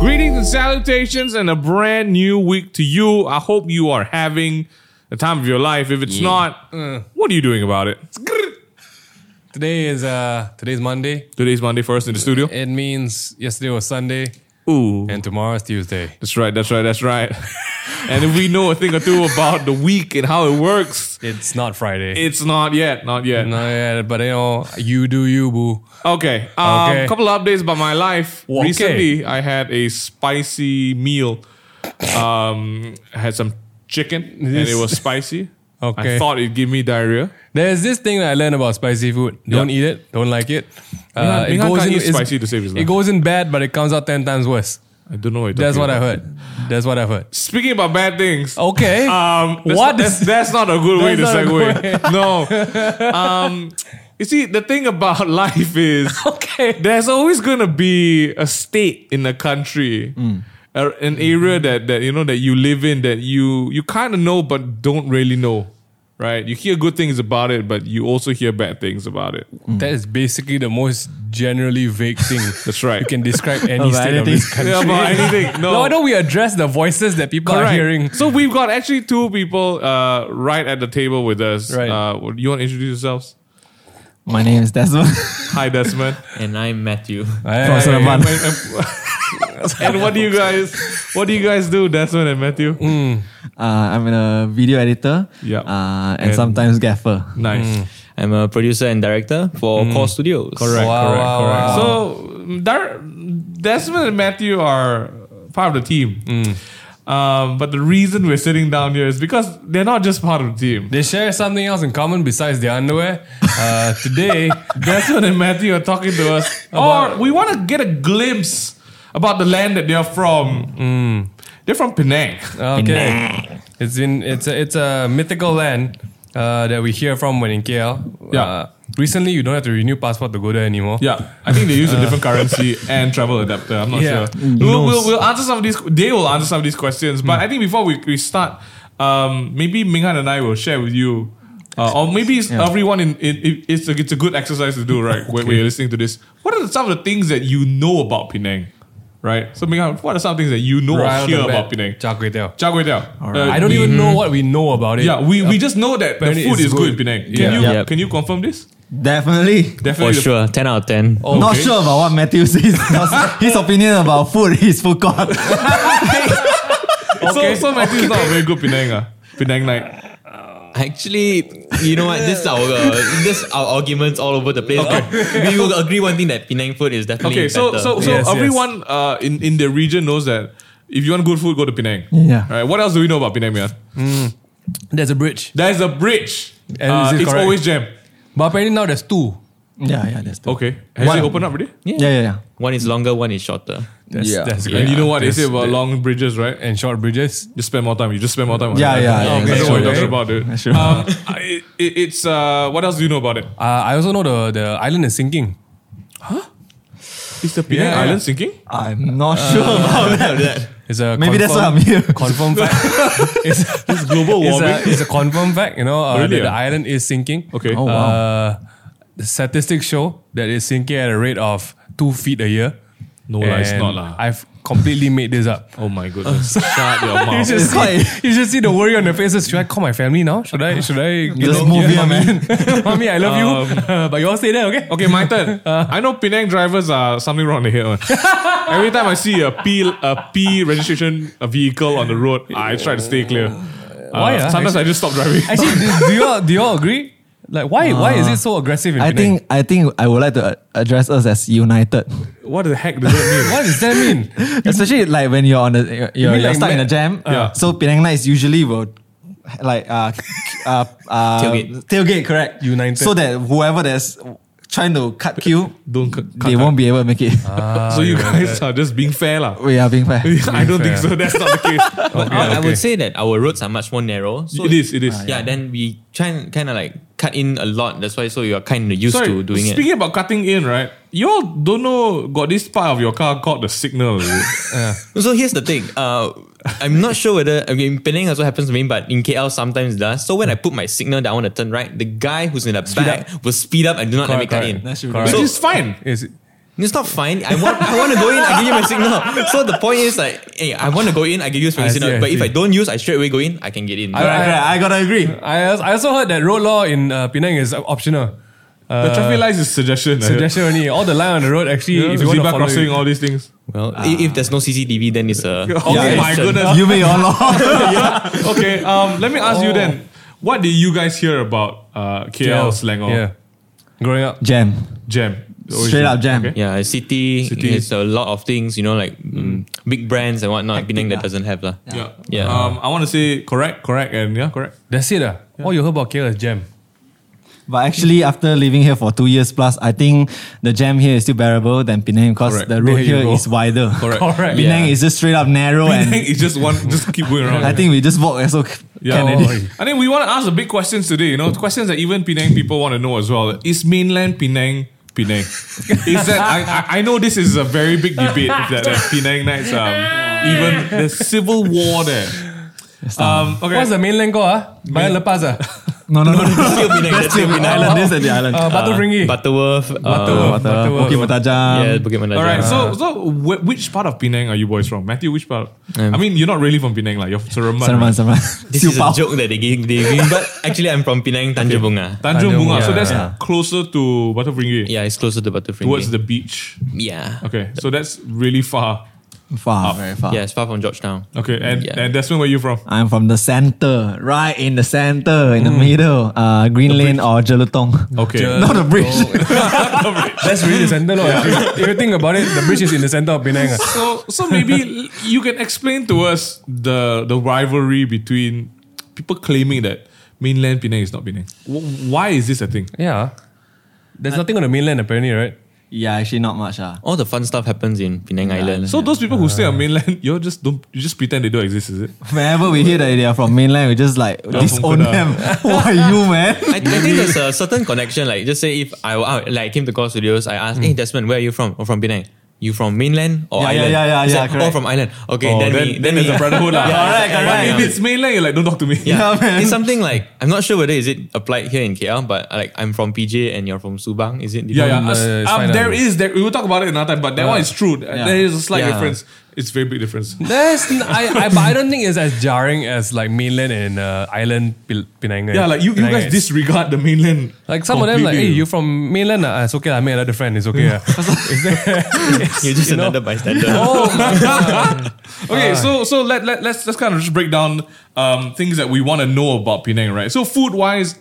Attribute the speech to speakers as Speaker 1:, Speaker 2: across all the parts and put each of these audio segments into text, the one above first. Speaker 1: Greetings and salutations, and a brand new week to you. I hope you are having the time of your life. If it's not, uh, what are you doing about it?
Speaker 2: Today is uh today's Monday.
Speaker 1: Today's Monday first in the studio.
Speaker 2: It means yesterday was Sunday
Speaker 1: Ooh,
Speaker 2: and tomorrow is Tuesday.
Speaker 1: that's right, that's right, that's right. and if we know a thing or two about the week and how it works,
Speaker 2: It's not Friday.
Speaker 1: it's not yet, not yet.
Speaker 2: no, yeah, but you know, you do you, boo.
Speaker 1: Okay. Um,
Speaker 2: Okay.
Speaker 1: couple of updates about my life.
Speaker 2: Okay.
Speaker 1: Recently, I had a spicy meal. Um, I had some chicken and
Speaker 2: This-
Speaker 1: it was spicy. I
Speaker 2: Okay.
Speaker 1: thought it gave me diarrhea.
Speaker 2: There's this thing that I learned about spicy food. Don't
Speaker 1: Yeah.
Speaker 2: eat it. Don't like it.
Speaker 1: Mingan- Mingan can't eat
Speaker 2: it's-
Speaker 1: spicy to save his life.
Speaker 2: It goes in bad, but it comes out ten times worse.
Speaker 1: I don't know. What
Speaker 2: That's what I heard. That's what I've heard.
Speaker 1: Speaking about bad things.
Speaker 2: Okay.
Speaker 1: Um, that's Not,
Speaker 2: What
Speaker 1: that's,
Speaker 2: is-
Speaker 1: that's not a good way to
Speaker 2: That's not a
Speaker 1: segue. no. Um, you see, the thing about life is
Speaker 2: okay.
Speaker 1: there's always gonna be a state in a country, a- an area that that you know that you live in that you you kind of know but don't really know, right? You hear good things about it, but you also hear bad things about it.
Speaker 2: That is basically the most generally vague thing
Speaker 1: That's right.
Speaker 2: you can describe any
Speaker 3: About
Speaker 2: state of
Speaker 3: anything.
Speaker 2: this country.
Speaker 1: Yeah, about anything. No.
Speaker 2: No, why don't we address the voices that people are
Speaker 1: Correct.
Speaker 2: hearing?
Speaker 1: So we've got actually two people uh, right at the table with us.
Speaker 2: Right.
Speaker 1: Uh, you want to introduce yourselves?
Speaker 3: My name is Desmond.
Speaker 1: Hi, Desmond.
Speaker 4: and I'm Matthew.
Speaker 2: Hey.
Speaker 3: Sorry, man.
Speaker 1: and, and what do you guys? What do you guys do, Desmond and Matthew?
Speaker 2: Mm,
Speaker 3: Uh, I'm a video editor
Speaker 1: Yup.
Speaker 3: uh, and,
Speaker 1: And-
Speaker 3: sometimes gaffer.
Speaker 1: Nice.
Speaker 4: I'm a producer and director for Core Studios. Oh,
Speaker 1: Correct,
Speaker 2: Wow,
Speaker 1: correct,
Speaker 2: wow,
Speaker 1: correct.
Speaker 2: wow.
Speaker 1: So Dar- Desmond and Matthew are part of the team.
Speaker 2: Mm.
Speaker 1: Um, but the reason we're sitting down here is because they're not just part of the team.
Speaker 2: They share something else in common besides their underwear. Uh, today,
Speaker 1: Desmond and Matthew are talking to us. or
Speaker 2: About-
Speaker 1: we want to get a glimpse about the land that they're from. Mm. They're from Penang.
Speaker 2: okay, it's in it's a it's a mythical land uh, that we hear from when in KL.
Speaker 1: Yeah.
Speaker 2: Uh, recently, you don't have to renew passport to go there anymore.
Speaker 1: Yeah, I think they use a different currency and travel adapter. I'm not
Speaker 2: Yeah.
Speaker 1: sure. We'll, we'll, we'll answer some of these. They will answer some of these questions. But I think before we, we start, um, maybe Minghan and I will share with you, uh, or maybe it's everyone in, in, in it's a, it's a good exercise to do right when, when you're listening to this. What are some of the things that you know about Penang, right? So Minghan, what are some things that you know or
Speaker 2: Right off
Speaker 1: hear
Speaker 2: the bat,
Speaker 1: about Penang?
Speaker 2: Char kway teow.
Speaker 1: Char kway teow. Uh,
Speaker 2: I don't
Speaker 1: we-
Speaker 2: even know what we know about it.
Speaker 1: Yeah, we, we just know that the
Speaker 2: Apparently
Speaker 1: food is
Speaker 2: it's
Speaker 1: good. in
Speaker 2: good.
Speaker 1: Penang. Can
Speaker 2: Yeah.
Speaker 1: you
Speaker 4: Yeah.
Speaker 1: can you confirm this?
Speaker 3: Definitely.
Speaker 4: For
Speaker 1: Definitely. the-
Speaker 4: sure, 10 out of 10.
Speaker 2: Okay.
Speaker 3: Not sure about what Matthew says. His opinion about food is food court.
Speaker 2: Okay.
Speaker 1: So so Matthew is not a very good Penang. ah. Penang night.
Speaker 4: Actually, you know what? This is our, uh, this is our arguments all over the place. but We will agree one thing that Penang food is definitely
Speaker 1: Okay, so
Speaker 4: better.
Speaker 1: so so
Speaker 2: Yes, yes.
Speaker 1: everyone uh, in in the region knows that if you want good food, go to Penang.
Speaker 3: Yeah.
Speaker 1: All right. What else do we know about Penang, man?
Speaker 2: There's a bridge,
Speaker 1: There's a bridge.
Speaker 2: And
Speaker 1: Uh,
Speaker 2: is
Speaker 1: it's
Speaker 2: it correct?
Speaker 1: always jam.
Speaker 2: but apparently now there's two.
Speaker 3: yeah, yeah, that's true.
Speaker 1: Okay. Has
Speaker 3: One-
Speaker 1: it opened up already?
Speaker 3: Yeah, yeah, yeah.
Speaker 4: one is longer, one is shorter.
Speaker 2: That's,
Speaker 3: Yeah.
Speaker 2: that's
Speaker 4: Yeah.
Speaker 2: great.
Speaker 1: And you know what they say
Speaker 2: There's-
Speaker 1: about long bridges, right?
Speaker 2: and short bridges.
Speaker 1: Just spend more time. You just spend more time. on it. I
Speaker 3: Yeah, yeah,
Speaker 1: don't
Speaker 3: yeah,
Speaker 2: yeah,
Speaker 1: know what you're
Speaker 2: sure.
Speaker 1: talking about, dude.
Speaker 3: Sure.
Speaker 1: Um, I- it, it's uh, what else do you know about it?
Speaker 2: Uh, I also know the the island is sinking.
Speaker 1: Is the Penang
Speaker 2: Yeah, Uh, yeah.
Speaker 1: Island sinking?
Speaker 3: I'm not sure about that.
Speaker 2: It's a
Speaker 3: Maybe that's why
Speaker 2: confirmed-
Speaker 3: I'm here.
Speaker 2: Confirmed fact. it's, it's
Speaker 1: global warming.
Speaker 2: It's a, it's a confirmed fact. You know, uh,
Speaker 1: Really,
Speaker 2: that the
Speaker 1: ah?
Speaker 2: island is sinking.
Speaker 1: Okay.
Speaker 3: Oh, wow.
Speaker 2: Uh, the statistics show that it's sinking at a rate of two feet a year.
Speaker 1: No, lah, Oh, it's
Speaker 2: And
Speaker 1: not lah.
Speaker 2: I've completely made this up.
Speaker 1: Oh my goodness! Shut your
Speaker 2: You
Speaker 1: mouth.
Speaker 2: should,
Speaker 3: It's
Speaker 2: see,
Speaker 3: quite-
Speaker 2: you should see the worry on their faces. Should I call my family now? Should I? Should I? you
Speaker 3: Just move here, man.
Speaker 2: know, Mommy, I love
Speaker 1: Um,
Speaker 2: you, Uh, but you all stay there, okay?
Speaker 1: Okay, my turn. I know Penang drivers are something wrong in the head. one. Every time I see a P a P registration a vehicle on the road, I try to stay clear. Uh,
Speaker 2: Why, ah?
Speaker 1: Sometimes I just stop driving.
Speaker 2: Actually, do, do you all do you all agree? Like, why why is it so aggressive? In
Speaker 3: I
Speaker 2: Penang?
Speaker 3: think I think I would like to a- address us as united,
Speaker 1: What the heck does that mean?
Speaker 2: What does that mean?
Speaker 3: especially like when you're on the you're, you're,
Speaker 2: mean
Speaker 3: you're
Speaker 2: like
Speaker 3: stuck in
Speaker 2: ma-
Speaker 3: a jam. Uh,
Speaker 1: Yeah.
Speaker 3: So Penang nights usually will like uh, uh, uh
Speaker 4: Tailgate.
Speaker 3: tailgate, correct?
Speaker 2: United.
Speaker 3: So that whoever that's trying to cut queue,
Speaker 1: Don't c- cut
Speaker 3: they won't be able to make it.
Speaker 4: Ah.
Speaker 1: So you guys are just being fair, lah.
Speaker 3: we are being fair.
Speaker 1: I don't think
Speaker 2: fair.
Speaker 1: so. That's not the case.
Speaker 4: I, I would say that our roads are much more narrow. So
Speaker 1: It is. It is.
Speaker 4: Yeah, then we try and kind of like cut in a lot. That's why so you're kind of used
Speaker 1: Sorry,
Speaker 4: to doing
Speaker 1: speaking about cutting in, right? You all don't know got this part of your car called the signal. is it?
Speaker 4: it. So here's the thing. Uh, I'm not sure whether I mean Penang also happens to me, but in KL sometimes does. So when I put my signal that I want to turn right, the guy who's in the back will speed up and do not let me
Speaker 2: Correct,
Speaker 4: cut in.
Speaker 3: That should be
Speaker 2: Correct.
Speaker 1: Which
Speaker 4: So-
Speaker 1: is fine.
Speaker 2: Is
Speaker 4: It's not fine. I want I want to go in. I give you my signal. So the point is like, hey, I want to go in. I can use
Speaker 2: I
Speaker 4: my
Speaker 2: see,
Speaker 4: signal.
Speaker 2: I
Speaker 4: but if
Speaker 2: see.
Speaker 4: I don't use, I straight away go in. I can get in.
Speaker 2: I-
Speaker 3: Correct, correct. I gotta agree.
Speaker 2: I als- I also heard that road law in uh, Penang is uh, optional.
Speaker 1: The
Speaker 2: Uh,
Speaker 1: traffic lights is suggestion. I heard.
Speaker 2: suggestion only. All the line on the road actually,
Speaker 1: You know,
Speaker 2: if you want to
Speaker 1: zebra
Speaker 2: follow,
Speaker 1: crossing,
Speaker 2: you-
Speaker 1: all these things.
Speaker 4: well, i- if there's no CCTV, then it's a
Speaker 1: Oh
Speaker 3: Yeah,
Speaker 1: my
Speaker 4: it's a-
Speaker 1: goodness.
Speaker 3: You may all law.
Speaker 1: okay, um, let me ask you then. What did you guys hear about uh, KL slang or
Speaker 2: Yeah, growing up.
Speaker 3: Jam.
Speaker 1: jam?
Speaker 3: Straight up jam.
Speaker 4: Yeah, a city,
Speaker 1: City.
Speaker 4: It's a lot of things, you know, like mm, big brands and whatnot. Penang that
Speaker 3: lah.
Speaker 4: doesn't have lah.
Speaker 1: Yeah.
Speaker 4: Yeah.
Speaker 1: Um, I want to say correct, correct, and yeah, correct.
Speaker 2: That's it. Uh. All you heard about KL is jam.
Speaker 3: But actually, after living here for two years plus, I think the jam here is still bearable than Penang because
Speaker 1: Correct.
Speaker 3: the road
Speaker 2: There you
Speaker 3: here
Speaker 2: go.
Speaker 3: is wider.
Speaker 1: Correct.
Speaker 2: Correct.
Speaker 3: Penang
Speaker 4: Yeah.
Speaker 3: is just straight up narrow
Speaker 1: Penang
Speaker 3: and
Speaker 1: is just one, just keep going around.
Speaker 3: I think we just walk as so
Speaker 1: yeah.
Speaker 3: can already.
Speaker 1: I think we want to ask the big questions today. You know, questions that even Penang people want to know as well. Is mainland Penang Penang? is that I, I I know this is a very big debate that, that Penang nights um even the civil war there. Um, okay.
Speaker 2: What's the mainland called? Uh? Bayan Lepas. Uh?
Speaker 3: No, no, no. no.
Speaker 4: Still Penang, that's still
Speaker 3: the
Speaker 4: Penang.
Speaker 3: island. This and the island.
Speaker 2: Uh, Batu Ringi.
Speaker 4: Butterworth.
Speaker 2: Butterworth.
Speaker 4: Uh,
Speaker 3: What the-
Speaker 2: Batu-
Speaker 3: Bukit Matajam.
Speaker 4: yeah, Bukit Mandala.
Speaker 1: All right, so so wh- which part of Penang are you boys from, Matthew? Which part? I mean, you're not really from Penang, like you're from Seramban.
Speaker 3: Seramban,
Speaker 1: right?
Speaker 3: Seramban.
Speaker 4: this
Speaker 3: Siu
Speaker 4: is
Speaker 3: Pao.
Speaker 4: a joke that they gave, they gave, but actually I'm from Penang, Tanjung Bunga.
Speaker 1: Tanjung
Speaker 2: Tanjung
Speaker 1: Bunga,
Speaker 2: Bunga,
Speaker 1: so that's
Speaker 2: yeah.
Speaker 1: closer to Batu Pringgi,
Speaker 4: Yeah, it's closer to Butterfree.
Speaker 1: towards the beach.
Speaker 4: yeah.
Speaker 1: Okay, so that's really far.
Speaker 3: Far, very far.
Speaker 4: Oh, Yeah, it's far from Georgetown.
Speaker 1: Okay, and
Speaker 4: Yeah.
Speaker 1: and Desmond, where you from?
Speaker 3: I'm from the center, right in the center, in the
Speaker 4: Mm.
Speaker 3: middle. Uh, Green Lane or Jelutong.
Speaker 1: Okay,
Speaker 2: Jer-
Speaker 3: Not a bridge.
Speaker 4: Oh,
Speaker 2: That's really the center. no? If, you, if you think about it, the bridge is in the center of Penang. Uh.
Speaker 1: so so maybe you can explain to us the the rivalry between people claiming that mainland Penang is not Penang. Wh- Why is this a thing?
Speaker 2: Yeah. ah. There's nothing on the mainland apparently, right?
Speaker 3: yeah, actually not much. Uh.
Speaker 4: All the fun stuff happens in Penang Island.
Speaker 1: So those people who stay on mainland, you all just don't you just pretend they don't exist, is it?
Speaker 3: Whenever we hear that they are from mainland, we just like disown
Speaker 1: Kuda.
Speaker 3: them. Who are you, man?
Speaker 4: I, I think there's a certain connection. Like, just say if I were out, like came to Call Studios, I asked, "Hey Desmond, where are you from? Or from Penang? You from mainland or
Speaker 3: Yeah, yeah,
Speaker 4: island?
Speaker 3: yeah, yeah,
Speaker 4: He
Speaker 3: yeah,
Speaker 4: said, "Oh,
Speaker 3: correct.
Speaker 4: from island. Okay,
Speaker 1: Oh,
Speaker 4: then,
Speaker 1: then,
Speaker 4: we,
Speaker 1: then there's
Speaker 4: we-
Speaker 1: a brotherhood. lah.
Speaker 4: Yeah,
Speaker 3: Correct,
Speaker 4: yeah,
Speaker 3: correct.
Speaker 1: But
Speaker 4: yeah.
Speaker 1: if it's mainland, you're like, don't talk to me.
Speaker 4: Yeah,
Speaker 3: Yeah, man.
Speaker 4: It's something like I'm not sure whether is it applied here in KL, but uh, like I'm from PJ and you're from Subang. Is it?
Speaker 1: Yeah, yeah.
Speaker 2: Um,
Speaker 1: Us-
Speaker 2: uh, it's
Speaker 1: um,
Speaker 2: fine,
Speaker 1: there
Speaker 2: um,
Speaker 1: is there. We will talk about it another time, but that one is true. There is a slight
Speaker 4: Yeah.
Speaker 1: difference. It's very big difference.
Speaker 2: There's, n- I, I, but I don't think it's as jarring as like mainland and uh, island Pil- Penang. eh.
Speaker 1: Yeah, like you, you
Speaker 2: Penang
Speaker 1: guys
Speaker 2: is.
Speaker 1: disregard the mainland.
Speaker 2: Like some of them, like, hey,
Speaker 1: completely. Mm.
Speaker 2: you from mainland? Ah, it's okay. I made another friend. It's okay. ah." Is there-
Speaker 4: You're just
Speaker 2: know?
Speaker 4: another bystander.
Speaker 1: Okay, so so let let let's let's kind of just break down um things that we want to know about Penang, right? So food wise.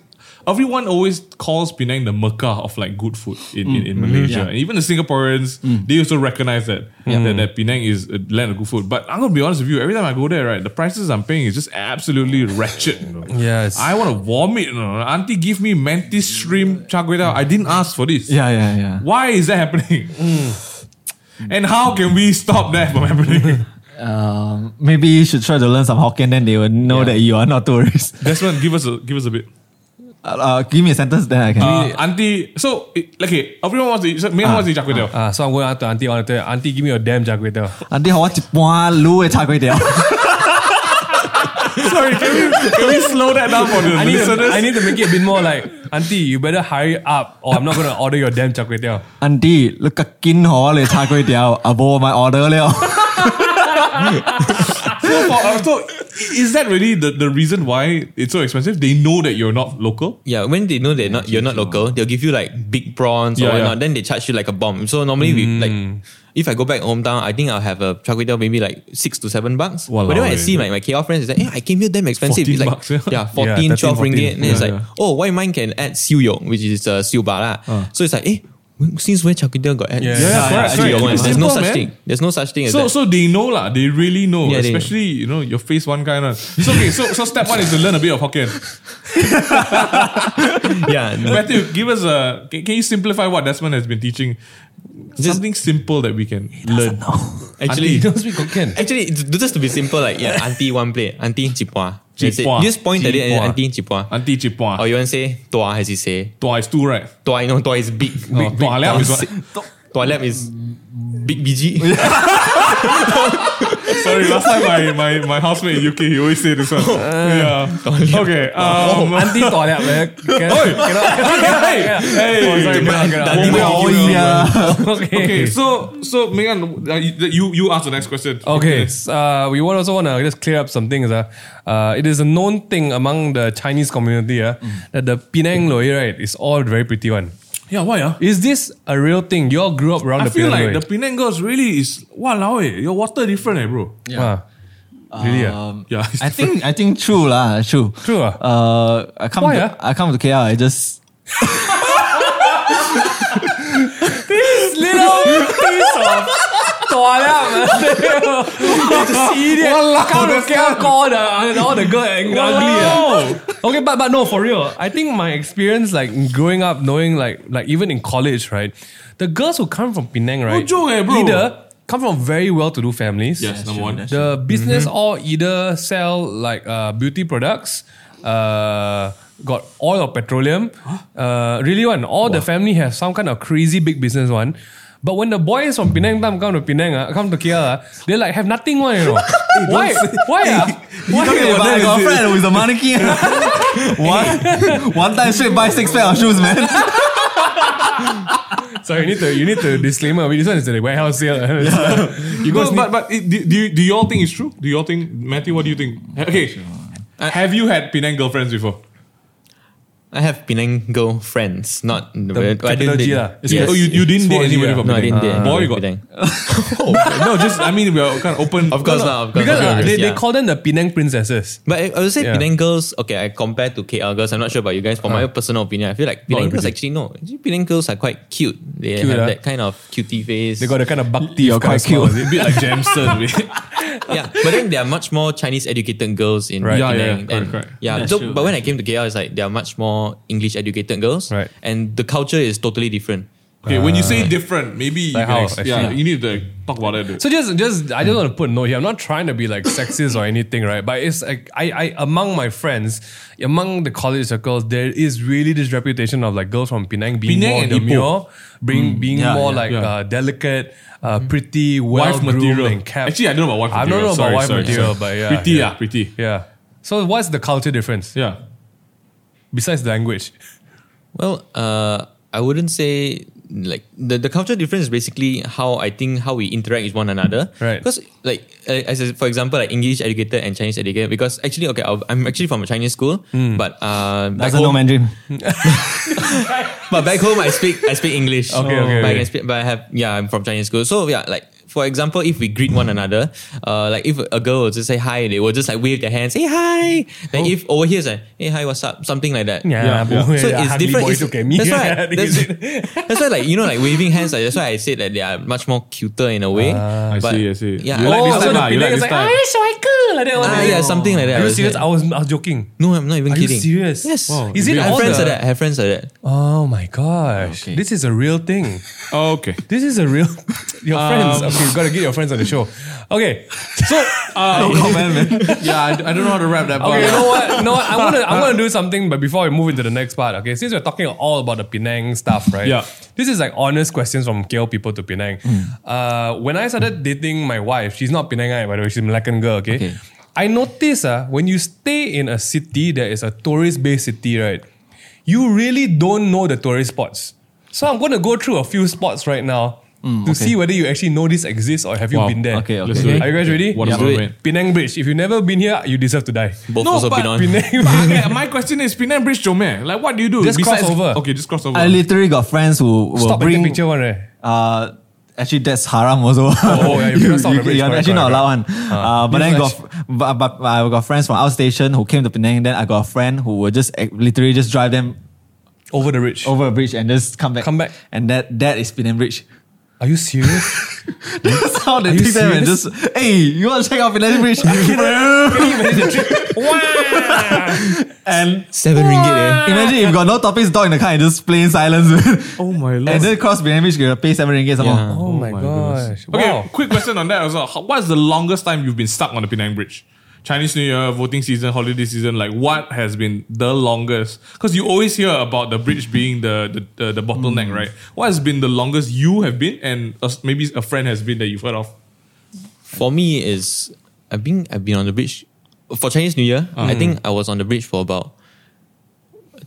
Speaker 1: Everyone always calls Penang the mecca of like good food in, in, in Malaysia.
Speaker 3: Mm, mm-hmm. Yeah. Mm.
Speaker 1: And even the Singaporeans, they also recognize that, that that Penang is a land of good food. But I'm gonna be honest with you, every time I go there, right, the prices I'm paying is just absolutely wretched. You know?
Speaker 2: Yes.
Speaker 1: I want to vomit. You know? Auntie, give me mantis shrimp char kway teow. I didn't ask for this.
Speaker 3: Yeah, Mm. yeah, yeah.
Speaker 1: Why is that happening? And how can we stop that from happening?
Speaker 3: Um, maybe you should try to learn some Hokkien, then they will know that you are not tourist.
Speaker 1: Desmond, give us a give us a bit.
Speaker 3: Uh, uh, give me a sentence, then I can.
Speaker 1: Uh, auntie, so eh, it, okay, everyone wants to eat. So, Mehan wants to eat char kway teow.
Speaker 2: Ah, so I'm going out to auntie. I want to tell you, auntie, give me your damn char kway teow."
Speaker 3: Auntie, how much lu eh char kway teow?
Speaker 1: Sorry, can we can we slow that down for the
Speaker 2: I need, to,
Speaker 1: listeners?
Speaker 2: I need to make it a bit more like, auntie, you better hurry up, or I'm not gonna order your damn char kway teow."
Speaker 3: Auntie, look at kin ho le char kway teow. Abo my order leo.
Speaker 1: so, for, uh, so is that really the, the reason why it's so expensive? They know that you're not local.
Speaker 4: Yeah, when they know they're not you're not local, they'll give you like big prawns
Speaker 1: Yeah,
Speaker 4: or
Speaker 1: yeah. Mm.
Speaker 4: whatnot. Then they charge you like a bomb. So normally we like if I go back hometown, I think I'll have a char kway teow maybe like six to seven bucks.
Speaker 1: Walao,
Speaker 4: but then when I
Speaker 1: eh.
Speaker 4: see my, my KL friends, it's like, yeah, I came here damn expensive.
Speaker 1: 14
Speaker 4: It's like,
Speaker 1: bucks, yeah.
Speaker 4: yeah,
Speaker 2: Yeah,
Speaker 4: 14,
Speaker 2: 13,
Speaker 4: 12 ringgit. And then it's
Speaker 1: Yeah,
Speaker 4: like,
Speaker 1: yeah. Ah.
Speaker 4: oh, why mine can add siu yong, which is uh, siu bara. So it's like, eh, since when char kway teow got add
Speaker 2: Yeah,
Speaker 4: siu
Speaker 2: yeah,
Speaker 4: yong?
Speaker 1: correct,
Speaker 4: Siu
Speaker 1: correct.
Speaker 4: yong?
Speaker 1: Keep it
Speaker 4: There's no
Speaker 1: simple,
Speaker 4: such
Speaker 1: man.
Speaker 4: thing. There's no such thing as
Speaker 1: So
Speaker 4: that.
Speaker 1: so they know lah. They really know,
Speaker 4: Yeah, they-
Speaker 1: especially you know your face one kind of. So okay, so so step one is to learn a bit of Hokkien.
Speaker 4: yeah,
Speaker 1: Matthew, give us a. Can, can you simplify what Desmond has been teaching? Something simple that we can learn.
Speaker 4: actually.
Speaker 2: don't speak Hokkien.
Speaker 4: Actually, it's just to be simple, like yeah, auntie one plate, auntie chipwa. That's it.
Speaker 1: Cipua.
Speaker 4: You just point at it and
Speaker 1: Cipua.
Speaker 4: auntie chipua.
Speaker 1: Auntie
Speaker 4: Or
Speaker 1: Chipua.
Speaker 4: Oh, you want to say toa as you say.
Speaker 1: Tua is two, right?
Speaker 4: Toa, you know, toa is Oh, big.
Speaker 1: Big- big. Toa lap is what?
Speaker 4: Toa lap is big BG.
Speaker 1: Sorry, last time my, my, my housemate in UK, he always say this one. yeah. Okay. Um,
Speaker 2: Oh, Auntie toilet, man. Cannot, cannot,
Speaker 1: hey, hey,
Speaker 2: Oh, sorry, cannot, cannot.
Speaker 4: Dandi
Speaker 1: Woman,
Speaker 4: Woman.
Speaker 1: woman.
Speaker 2: Okay.
Speaker 1: Okay, so so Megan, uh, you you ask the next question.
Speaker 2: Okay, s- uh, we want also want to just clear up some things. Uh. Uh, it is a known thing among the Chinese community uh,
Speaker 1: Mm.
Speaker 2: that the Penang Loi, right, is all very pretty one.
Speaker 1: Yeah, why? Uh?
Speaker 2: Is this a real thing? You all grew up around
Speaker 1: I
Speaker 2: the
Speaker 1: feel
Speaker 2: Penang
Speaker 1: like
Speaker 2: Loi?
Speaker 1: the Penang girls really is wow, eh. Your water different, eh, bro.
Speaker 2: Ah, really? ah?
Speaker 3: Um,
Speaker 1: Yeah, it's
Speaker 3: I think I think true lah, true.
Speaker 2: True ah?
Speaker 3: Uh, I come
Speaker 2: Why
Speaker 3: to,
Speaker 2: ah?
Speaker 3: I come to KL. I just
Speaker 2: this little piece of toilet, idiot. Come to K- call the uh, all the girl ang- ugly. ah. Okay, but but no, for real. I think my experience, like growing up, knowing like like even in college, right, the girls who come from Penang, right,
Speaker 1: joke eh, bro.
Speaker 2: either come from very well-to-do families.
Speaker 1: Yes, Mm-hmm. number
Speaker 3: true,
Speaker 1: one.
Speaker 3: that's
Speaker 2: The business all either sell like uh, beauty products, uh, got oil or petroleum. Uh, really one. All the family has some kind of crazy big business one. But when the boys from Penang Tam come to Penang, ah, come to KL, ah, they like have nothing one, you know. Why? Why? ah? Why?
Speaker 3: Okay, but I
Speaker 1: that,
Speaker 3: got a
Speaker 1: is it?
Speaker 3: friend who's a mannequin. one one time straight buy six pair of shoes, man.
Speaker 2: So you need to you need to disclaimer. This one is the warehouse sale. you
Speaker 1: No,
Speaker 2: guys
Speaker 1: but but it, do, do you- do you all think it's true? Do you all think Matthew? What do you think? Okay, have you had Penang girlfriends before?
Speaker 4: I have Penang girl friends, not the, Oh, I
Speaker 2: capital
Speaker 4: didn't
Speaker 2: G
Speaker 4: date-
Speaker 2: lah. It's
Speaker 4: Yes.
Speaker 1: Oh, you, you didn't
Speaker 2: uh, Small
Speaker 1: date anybody
Speaker 2: G,
Speaker 1: from
Speaker 4: no, I
Speaker 1: Penang.
Speaker 4: didn't date. anybody
Speaker 1: Boy, you
Speaker 4: from
Speaker 1: got
Speaker 4: Penang.
Speaker 1: no. Just I mean we are kind of open.
Speaker 4: Of course not. Of course
Speaker 2: because
Speaker 4: not.
Speaker 2: ah, they, they
Speaker 4: Yeah.
Speaker 2: call them the Penang princesses.
Speaker 4: But I- I would say
Speaker 2: Yeah.
Speaker 4: Penang girls, okay, I compare to KL girls. I'm not sure about you guys. For my personal opinion, I feel like Penang girls
Speaker 2: everything.
Speaker 4: actually, no. Actually, Penang girls are quite cute. They
Speaker 2: Cute, ah.
Speaker 4: have that kind of cutie face.
Speaker 2: They got a kind of bhakti.
Speaker 3: You're
Speaker 2: kind of
Speaker 3: quite cute.
Speaker 2: smile, is it?
Speaker 1: a bit like Jamson. we-
Speaker 4: yeah, but then there are much more Chinese educated girls in
Speaker 2: Right.
Speaker 1: Yeah, yeah,
Speaker 4: Penang.
Speaker 1: yeah.
Speaker 4: and-
Speaker 1: Correct, correct.
Speaker 4: yeah.
Speaker 3: That's
Speaker 4: So,
Speaker 3: true.
Speaker 4: but when I came to KL, it's like there are much more English educated girls,
Speaker 2: Right.
Speaker 4: And the culture is totally different.
Speaker 1: Okay, when you say different, maybe you
Speaker 2: Like
Speaker 1: can
Speaker 2: how,
Speaker 1: ex- yeah,
Speaker 2: actually?
Speaker 1: you need to talk about it. dude.
Speaker 2: So just, just I just want to put a note here. I'm not trying to be like sexist or anything, right? But it's like I, I among my friends, among the college circles, there is really this reputation of like girls from Penang being
Speaker 1: Penang
Speaker 2: more
Speaker 1: and Mm.
Speaker 2: demure, being being
Speaker 3: yeah,
Speaker 2: more
Speaker 3: yeah,
Speaker 2: like
Speaker 1: yeah. Mm-hmm.
Speaker 2: uh, delicate, uh, pretty, well
Speaker 1: wife material.
Speaker 2: and kept.
Speaker 1: Actually, I don't know about wife
Speaker 2: I
Speaker 1: material.
Speaker 2: don't know about
Speaker 1: Sorry,
Speaker 2: wife
Speaker 1: sorry,
Speaker 2: material,
Speaker 1: sorry.
Speaker 2: but yeah,
Speaker 1: pretty,
Speaker 2: yeah.
Speaker 1: yeah, pretty,
Speaker 2: yeah. So what's the culture difference
Speaker 1: yeah.
Speaker 2: besides the language?
Speaker 4: Well, uh, I wouldn't say like the, the culture difference is basically how I think how we interact with one another.
Speaker 2: Right.
Speaker 4: Because like uh, as a, for example, like English educated and Chinese educated. Because actually, okay, I'll- I'm actually from a Chinese school,
Speaker 1: Hmm.
Speaker 4: but uh, back
Speaker 3: Doesn't know
Speaker 4: home,
Speaker 3: Mandarin.
Speaker 4: but back home I speak I speak English.
Speaker 2: Okay, okay,
Speaker 4: But I
Speaker 2: okay.
Speaker 4: can speak, but I have yeah, I'm from Chinese school. So yeah, like for example, if we greet one another, uh, like if a girl will just say hi, they will just like wave their hands, hey hi. Like if over here it's like, hey hi, what's up? Something like that.
Speaker 1: Yeah, yeah.
Speaker 2: boy,
Speaker 4: So
Speaker 2: Oh. yeah,
Speaker 4: it's
Speaker 2: ugly
Speaker 4: different.
Speaker 2: boy
Speaker 4: It's-
Speaker 2: look at me.
Speaker 4: That's why.
Speaker 2: Yeah,
Speaker 4: That's, that's why, like you know, like waving hands. Like, that's why I said that they are much more cuter in a way.
Speaker 2: Ah,
Speaker 1: I
Speaker 4: But-
Speaker 1: see, I see.
Speaker 4: Yeah.
Speaker 1: You like
Speaker 4: Oh,
Speaker 1: this
Speaker 2: so
Speaker 1: time,
Speaker 2: the
Speaker 1: lah, you like
Speaker 2: Penang
Speaker 1: this
Speaker 2: is like,
Speaker 1: time.
Speaker 2: "Ai, shoiker," like that one.
Speaker 4: Ah, yeah, something like that.
Speaker 2: Are
Speaker 4: I
Speaker 2: you
Speaker 4: would
Speaker 2: serious?
Speaker 4: say.
Speaker 2: I was, I was joking.
Speaker 4: No, I'm not even
Speaker 2: Are you
Speaker 4: kidding.
Speaker 2: serious?
Speaker 4: Yes.
Speaker 2: Wow. Is it
Speaker 4: I have
Speaker 2: all
Speaker 4: friends
Speaker 2: the-
Speaker 4: like that. I have friends like that.
Speaker 2: Oh my gosh.
Speaker 3: Okay.
Speaker 2: This is a real thing.
Speaker 1: Oh, Okay.
Speaker 2: This is a real. Your friends. Okay, you gotta get your friends on the show. Okay. So,
Speaker 1: Ah,
Speaker 2: uh,
Speaker 1: yeah, I, I don't know how to wrap that part.
Speaker 2: okay, you know what? You know what? I wanna, I wanna do something, but before we move into the next part, okay, since we're talking all about the Penang stuff, right?
Speaker 1: Yeah.
Speaker 2: This is like honest questions from KL people to Penang. Uh, when I started dating my wife, she's not Penangite, by the way, she's Malaccan girl, okay?
Speaker 3: Okay.
Speaker 2: I notice uh, when you stay in a city that is a tourist based city, right? You really don't know the tourist spots. So I'm going to go through a few spots right now to
Speaker 3: okay.
Speaker 2: see whether you actually know this exists or have you
Speaker 1: Wow.
Speaker 2: been there.
Speaker 3: Okay, okay.
Speaker 1: Let's do it.
Speaker 2: Are you guys ready?
Speaker 1: What
Speaker 4: Yeah.
Speaker 1: is it,
Speaker 4: Do it.
Speaker 1: man?
Speaker 2: Penang Bridge. If you've never been here, you deserve to die.
Speaker 4: Both
Speaker 1: No,
Speaker 4: also
Speaker 1: but-
Speaker 4: been on.
Speaker 2: Penang.
Speaker 1: But okay, my question is Penang Bridge Jomeh. Like, what do you do?
Speaker 2: Just cross over.
Speaker 1: Okay, just cross over.
Speaker 3: I literally got friends who will
Speaker 2: Stop at
Speaker 3: bring
Speaker 2: the picture one, right?
Speaker 3: Uh, actually, that's haram also.
Speaker 2: oh, yeah, you cannot stop the bridge,
Speaker 3: are
Speaker 2: correct,
Speaker 3: actually not
Speaker 2: correct,
Speaker 3: allowed one. Uh, but then got, but, but, but I got friends from outstation who came to Penang. Then I got a friend who would just ac- literally just drive them
Speaker 2: Over the ridge.
Speaker 3: over a bridge and just come back.
Speaker 2: Come back.
Speaker 3: And that that is Penang Bridge.
Speaker 2: Are you serious?
Speaker 3: That's how they
Speaker 2: you
Speaker 3: take them and
Speaker 2: serious?
Speaker 3: just hey, you want to check out Penang Bridge? and
Speaker 4: Seven ringgit. Eh.
Speaker 3: imagine if got no topics, dog in the car and just plain silence.
Speaker 1: oh my lord.
Speaker 3: and then cross Penang Bridge, you gotta pay seven ringgit some
Speaker 4: Yeah.
Speaker 3: more.
Speaker 2: oh, my gosh.
Speaker 1: Okay,
Speaker 2: Wow.
Speaker 1: quick question on that as well. How- What is the longest time you've been stuck on the Penang Bridge? Chinese New Year, voting season, holiday season, like what has been the longest? Because you always hear about the bridge being the the, the, the bottleneck,
Speaker 2: Mm.
Speaker 1: right? What has been the longest you have been, and a, maybe a friend has been that you've heard of?
Speaker 4: For me is I've been I've been on the bridge for Chinese New Year. I think I was on the bridge for about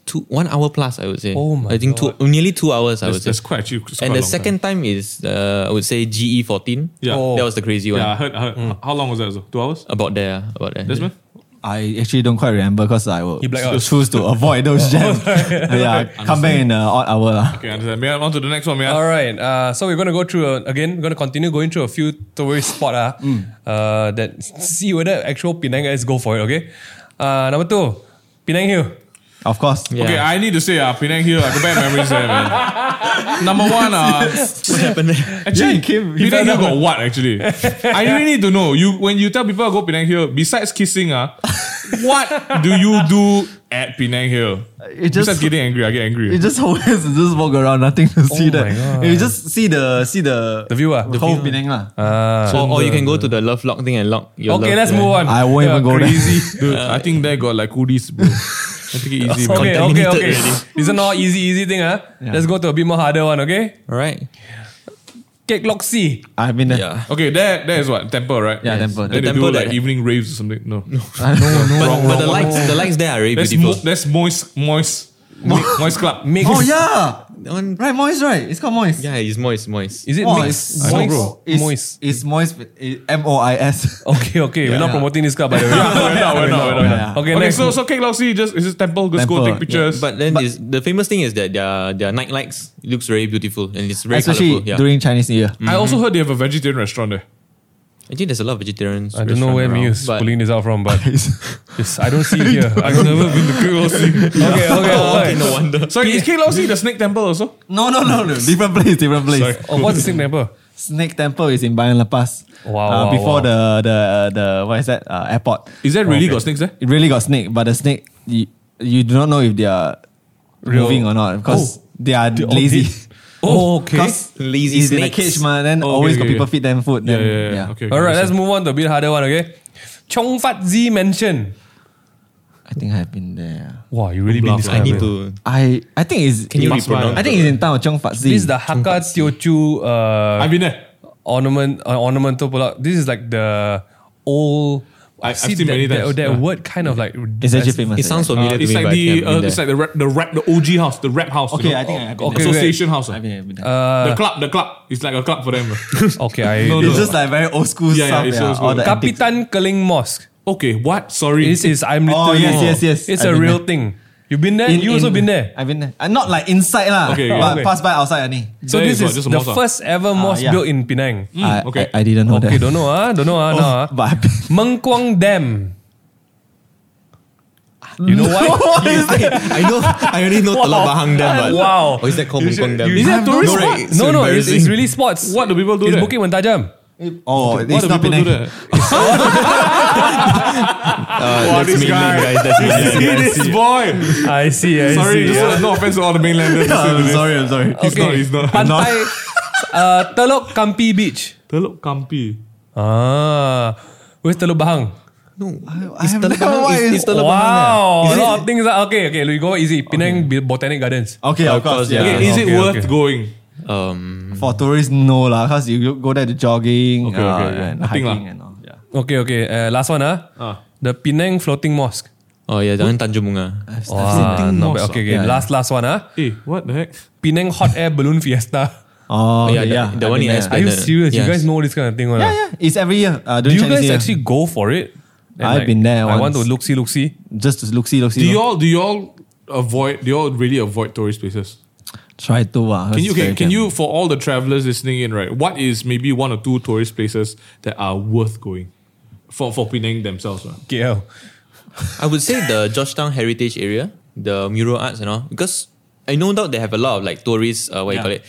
Speaker 4: two one hour plus. I would say.
Speaker 2: Oh my
Speaker 4: I think two nearly two hours. I would
Speaker 1: That's,
Speaker 4: say.
Speaker 1: that's quite cheap. It's
Speaker 4: and
Speaker 1: quite a long
Speaker 4: the
Speaker 1: time.
Speaker 4: second time, is uh, I would say GE fourteen.
Speaker 1: Yeah. Oh.
Speaker 4: that was the crazy one.
Speaker 1: Yeah, I heard. I heard How long was that? Azul? Two hours?
Speaker 4: About there, about there.
Speaker 1: Desmond?
Speaker 3: I actually don't quite remember because I will
Speaker 2: He blacked out.
Speaker 3: choose to avoid those gems. yeah, come back in the odd hour. lah.
Speaker 1: Okay, understand. May I on to the next one? May I?
Speaker 2: All right. Uh, so we're gonna go through a, again. We're gonna continue going through a few tourist spot. Ah,
Speaker 3: Mm.
Speaker 2: uh, that see whether actual Penang guys go for it. Okay. Uh, number two, Penang Hill.
Speaker 3: Of course.
Speaker 4: Yeah.
Speaker 1: Okay, I need to say, uh, Penang Hill, like a bad memories there, man. Number one, uh,
Speaker 4: What happened there?
Speaker 1: actually,
Speaker 3: he came- he
Speaker 1: Penang
Speaker 3: fell
Speaker 1: Hill got what, actually? I really need to know. You When you tell people I go Penang Hill, besides kissing, uh, what do you do at Penang Hill?
Speaker 3: It just-
Speaker 1: besides getting angry, I get angry.
Speaker 3: You just always just walk around, nothing to see
Speaker 2: my
Speaker 3: that.
Speaker 2: God.
Speaker 3: You just see the see the
Speaker 2: The view, ah. The
Speaker 3: whole Penang lah.
Speaker 4: or, or you can go to the love lock thing and lock your
Speaker 2: Okay,
Speaker 4: love
Speaker 2: let's
Speaker 4: there.
Speaker 2: move on.
Speaker 3: I won't
Speaker 2: Yeah,
Speaker 3: even go there.
Speaker 2: crazy.
Speaker 1: Dude, I think they got like hoodies, bro. I take it easy,
Speaker 2: Okay,
Speaker 1: man.
Speaker 2: okay,
Speaker 4: Contaminated
Speaker 2: okay.
Speaker 4: already.
Speaker 2: These are not easy, easy thing, huh? Let's go to a bit more harder one, okay?
Speaker 4: All right.
Speaker 2: Cake Lok Si.
Speaker 3: I've been there.
Speaker 4: Yeah.
Speaker 1: Okay, there, there is what? Temple, right?
Speaker 3: Yeah, Yes. temple.
Speaker 1: Then
Speaker 4: The
Speaker 1: they do
Speaker 4: temple
Speaker 1: like
Speaker 4: that-
Speaker 1: evening raves or something. No.
Speaker 3: I know, no.
Speaker 4: But, but the lights, the lights there are really
Speaker 1: That's, mo-
Speaker 4: beautiful.
Speaker 1: that's Moist, Moist, Moist Club.
Speaker 2: Mix.
Speaker 3: Oh yeah,
Speaker 4: That one-
Speaker 3: right, moist, right? It's called moist.
Speaker 4: yeah, it's moist, moist.
Speaker 2: Is it
Speaker 3: Oh,
Speaker 2: mix?
Speaker 3: it's
Speaker 1: I know,
Speaker 2: Moist.
Speaker 1: bro.
Speaker 3: It's
Speaker 2: Moist.
Speaker 3: It's moist. M O I S.
Speaker 2: Okay, okay. We're not
Speaker 3: Yeah.
Speaker 2: promoting this car, by the way.
Speaker 1: Yeah, we're not, we're not, we're not.
Speaker 3: Yeah.
Speaker 2: Okay,
Speaker 1: Okay,
Speaker 2: next.
Speaker 1: so so Cake Lousy just it's just temple, just go
Speaker 3: Temple,
Speaker 1: take pictures.
Speaker 4: But then is- the famous thing is that their their night lights looks very beautiful and it's very
Speaker 3: Especially
Speaker 4: colorful. Yeah.
Speaker 3: during Chinese New Year.
Speaker 1: I also heard they have a vegetarian restaurant there.
Speaker 4: Actually, there's a lot of vegetarians.
Speaker 2: I don't know where Miu is
Speaker 4: but
Speaker 2: pulling this out from, but it's, I don't see it here. I've never been to Cake Lok Si. Okay,
Speaker 1: Oh,
Speaker 2: okay, Oh, okay.
Speaker 4: no wonder.
Speaker 1: So is Cake Lousy the snake temple also?
Speaker 3: No, no, no, no. Different place, different place.
Speaker 2: Oh, what's the same number?
Speaker 3: Snake Temple is in Bayan Lepas.
Speaker 2: Wow, wow,
Speaker 3: Uh, before
Speaker 2: wow.
Speaker 3: the the the what is that? Uh, airport.
Speaker 1: Is that really
Speaker 2: Okay.
Speaker 1: got snakes there?
Speaker 3: It really got snake, but the snake you, you do not know if they are
Speaker 2: Real.
Speaker 3: moving or not because
Speaker 2: Oh.
Speaker 3: they are
Speaker 2: They- oh,
Speaker 3: lazy.
Speaker 2: Oh, okay.
Speaker 3: Because
Speaker 4: Lazy
Speaker 3: it's in a
Speaker 4: snakes.
Speaker 3: cage, man. Then
Speaker 1: Oh, okay,
Speaker 3: always
Speaker 1: okay,
Speaker 3: got people
Speaker 1: okay.
Speaker 3: feed them food.
Speaker 1: Yeah,
Speaker 3: then,
Speaker 1: yeah, yeah. Okay.
Speaker 2: All right,
Speaker 1: okay.
Speaker 2: let's move on to a bit harder one, okay? Chong Fat Z Mansion.
Speaker 3: I think I've been there.
Speaker 2: Wow, you really been this
Speaker 4: I
Speaker 2: kind
Speaker 4: need to.
Speaker 3: I I think it's.
Speaker 4: Can you
Speaker 1: Must buy.
Speaker 4: repronounce?
Speaker 3: I think it's in town Chong Fatsi.
Speaker 2: This is the Hakka Teochew uh,
Speaker 1: I've been there.
Speaker 2: ornament uh, ornamental product. This is like the
Speaker 1: I-
Speaker 2: old.
Speaker 1: I've
Speaker 2: seen
Speaker 1: seen
Speaker 2: that,
Speaker 1: many
Speaker 2: that,
Speaker 1: times,
Speaker 2: that
Speaker 1: yeah.
Speaker 2: word kind of like.
Speaker 3: It's actually famous.
Speaker 4: It sounds
Speaker 3: yeah.
Speaker 4: familiar to
Speaker 1: it's
Speaker 4: me.
Speaker 1: like
Speaker 4: but I
Speaker 1: the
Speaker 4: think
Speaker 1: uh,
Speaker 4: I've been
Speaker 1: it's
Speaker 4: there.
Speaker 1: like the rap, the rap the OG house the rap house. you
Speaker 3: Okay,
Speaker 1: know?
Speaker 3: I think I've been
Speaker 2: okay.
Speaker 3: there.
Speaker 1: association house. uh.
Speaker 3: I've been, I've been there.
Speaker 1: the club the club it's like a club for them. uh.
Speaker 2: Okay, I.
Speaker 1: No,
Speaker 3: it's
Speaker 1: no.
Speaker 3: just like very old school
Speaker 1: Yeah, yeah,
Speaker 3: stuff.
Speaker 1: it's
Speaker 3: Yeah,
Speaker 1: old
Speaker 3: all
Speaker 1: school.
Speaker 3: the antiques.
Speaker 2: Kapitan Keling Mosque.
Speaker 1: okay, what? Sorry,
Speaker 2: This is I'm
Speaker 3: Oh,
Speaker 2: literally.
Speaker 3: yes, yes, yes.
Speaker 2: It's
Speaker 3: I've
Speaker 2: a
Speaker 3: been
Speaker 2: real
Speaker 3: there.
Speaker 2: thing. You've been there.
Speaker 3: In-
Speaker 2: you also
Speaker 3: in-
Speaker 2: been there.
Speaker 3: I've been there. Uh, not like inside lah,
Speaker 1: Okay, okay,
Speaker 3: but
Speaker 2: okay.
Speaker 3: pass by outside only.
Speaker 2: So
Speaker 1: There
Speaker 2: this
Speaker 1: is what,
Speaker 2: is,
Speaker 1: just a
Speaker 2: the
Speaker 1: mosque, ah?
Speaker 2: first ever mosque
Speaker 3: yeah. Mm.
Speaker 2: built in Penang.
Speaker 3: I,
Speaker 1: okay.
Speaker 3: I, I didn't know
Speaker 2: Hmm, Okay,
Speaker 3: that. Oh,
Speaker 2: don't know ah, don't know ah, no ah.
Speaker 3: But I've been,
Speaker 2: Mengkuang Dam. You know why?
Speaker 4: I know. I only know Telok Bahang Dam. But
Speaker 2: Wow.
Speaker 4: Or is that called Mengkong Dam?
Speaker 2: Is that
Speaker 3: No,
Speaker 2: tourist
Speaker 4: no,
Speaker 2: spot?
Speaker 4: it's
Speaker 2: No, no, it's, it's
Speaker 4: embarrassing.
Speaker 2: really sports.
Speaker 1: what do people do
Speaker 2: It's
Speaker 1: there?
Speaker 2: Bukit Mentajam.
Speaker 3: oh,
Speaker 1: what
Speaker 3: it's
Speaker 1: do
Speaker 3: not
Speaker 1: people do there?
Speaker 3: Penang.
Speaker 4: Uh,
Speaker 1: Wow,
Speaker 4: that's
Speaker 1: this
Speaker 4: mainland,
Speaker 1: guy.
Speaker 4: guys. That's mainland.
Speaker 1: See this boy.
Speaker 2: I see, I
Speaker 1: Sorry, just no offense to all the mainlanders.
Speaker 3: I'm
Speaker 1: listening to
Speaker 3: sorry, I'm sorry.
Speaker 1: It's not, it's not.
Speaker 2: Pantai uh, Telok Kampi Beach.
Speaker 1: this. Telok Kampi.
Speaker 2: Ah, where's Telok Bahang?
Speaker 3: I have
Speaker 4: Telok
Speaker 3: never-
Speaker 4: Bahang
Speaker 3: why
Speaker 4: is-
Speaker 3: is-
Speaker 4: is Telok Bahang.
Speaker 2: Wow, a lot of things. Are, okay, okay, we go easy. Penang Bi- Botanic Gardens.
Speaker 3: Okay, of course. Yeah.
Speaker 1: Okay, is it
Speaker 2: Okay,
Speaker 1: worth
Speaker 2: okay.
Speaker 1: going?
Speaker 4: there. Um,
Speaker 3: For tourists, no lah, because you go there to jogging,
Speaker 1: Okay,
Speaker 3: uh,
Speaker 1: okay, yeah.
Speaker 3: and
Speaker 1: Nothing
Speaker 3: hiking
Speaker 1: lah.
Speaker 3: and all. Yeah.
Speaker 2: Okay, okay. Uh, last one, ah.
Speaker 1: Ah.
Speaker 2: The Penang Floating Mosque.
Speaker 4: oh yeah, down in Tanjung Bunga.
Speaker 3: I've- I've
Speaker 2: Wow,
Speaker 3: seen
Speaker 2: not
Speaker 3: things.
Speaker 2: bad. Okay, okay.
Speaker 3: Yeah,
Speaker 2: last, last one, ah.
Speaker 1: Hey, what the heck?
Speaker 2: Penang Hot Air Balloon Fiesta.
Speaker 3: Oh,
Speaker 4: Yeah,
Speaker 3: okay,
Speaker 4: the-
Speaker 3: yeah.
Speaker 4: the
Speaker 3: I've
Speaker 4: one
Speaker 3: been
Speaker 4: in
Speaker 3: there.
Speaker 4: Esplanade.
Speaker 2: Are you
Speaker 4: Planet.
Speaker 2: serious? You
Speaker 4: Yes.
Speaker 2: guys know this kind of thing, one?
Speaker 3: Yeah, yeah. It's every year. Uh,
Speaker 2: Do
Speaker 3: during
Speaker 2: you
Speaker 3: Chinese
Speaker 2: guys
Speaker 3: Year.
Speaker 2: actually go for it? And
Speaker 3: I've been there
Speaker 2: I want to
Speaker 3: once.
Speaker 2: look see, look see.
Speaker 3: just to look see, look see.
Speaker 1: Do
Speaker 3: look.
Speaker 1: y'all do y'all avoid do y'all really avoid tourist places?
Speaker 3: Try to ah.
Speaker 1: Can you can, can you for all the travelers listening in, right? What is maybe one or two tourist places that are worth going for for Penang themselves? Right?
Speaker 2: KL.
Speaker 4: I would say the Georgetown Heritage Area, the mural arts and all, because I no doubt they have a lot of like tourists. Uh, what you
Speaker 3: Yeah.
Speaker 4: call it?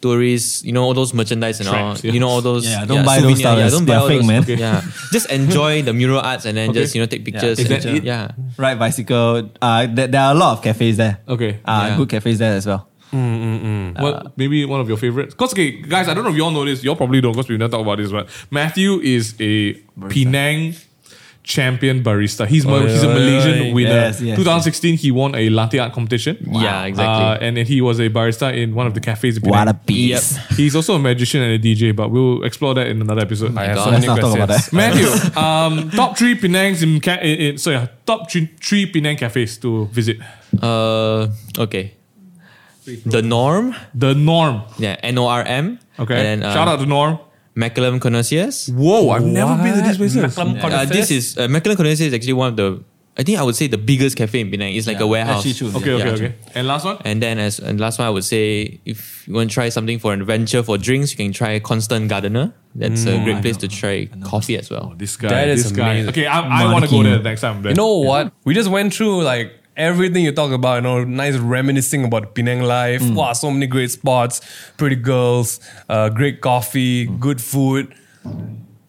Speaker 4: Tourists, you know all those merchandise and
Speaker 1: Traps,
Speaker 4: all.
Speaker 1: yeah.
Speaker 4: You know all those.
Speaker 3: Yeah, don't buy those
Speaker 4: souvenir,
Speaker 3: stuff, they're fake, man. Okay.
Speaker 4: Yeah, just enjoy the mural arts and then
Speaker 1: Okay.
Speaker 4: just you know take pictures.
Speaker 1: Is that
Speaker 4: and-
Speaker 1: it?
Speaker 4: yeah.
Speaker 3: ride bicycle? Uh, there, there are a lot of cafes there.
Speaker 1: Okay.
Speaker 3: Uh,
Speaker 4: Yeah.
Speaker 3: good cafes there as well.
Speaker 1: What maybe one of your favorites? Cause okay, guys, I don't know if y'all know this. Y'all probably don't, cause we never talk about this. But Matthew is a Penang champion barista. He's Ma-
Speaker 2: Oh,
Speaker 1: he's a
Speaker 2: yeah,
Speaker 1: Malaysian
Speaker 2: yeah, yeah.
Speaker 1: winner.
Speaker 3: Yes, yes,
Speaker 1: 2016, he won a latte art competition.
Speaker 4: Yeah, exactly.
Speaker 1: Uh, and then he was a barista in one of the cafes. in
Speaker 3: What a
Speaker 1: Penang.
Speaker 3: piece.
Speaker 1: He's also a magician and a DJ, but we'll explore that in another episode.
Speaker 2: I have
Speaker 4: God.
Speaker 2: so many
Speaker 3: Let's not talk about
Speaker 2: questions.
Speaker 3: that.
Speaker 1: Matthew, um, top three Penangs in, ca- in, in sorry, top three, three Penang cafes to visit.
Speaker 4: Uh, okay. The norm,
Speaker 1: The Norm.
Speaker 4: yeah, N O R M.
Speaker 1: Okay.
Speaker 4: and then, uh,
Speaker 1: Shout out to Norm.
Speaker 4: Macallan Connoisseurs.
Speaker 1: Whoa, I've never been to
Speaker 2: What?
Speaker 1: these places.
Speaker 2: Maclam
Speaker 4: Uh,
Speaker 2: Connoisseurs?
Speaker 4: this is uh, Macallan Connoisseurs is actually one of the, I think I would say the biggest cafe in Penang. It's like a warehouse.
Speaker 3: Actually true.
Speaker 1: Okay, okay,
Speaker 4: Yeah.
Speaker 1: okay. And last one?
Speaker 4: And then as and last one, I would say if you want to try something for an adventure for drinks, you can try Constant Gardener. That's a great place to try coffee as well.
Speaker 1: Oh, This guy.
Speaker 2: That is
Speaker 1: this guy.
Speaker 2: amazing.
Speaker 1: Okay, I, I want to go there next time. Then.
Speaker 2: You know what? We just went through like everything you talk about, you know, nice reminiscing about Penang life. Wow, so many great spots, pretty girls, uh, great coffee, good food.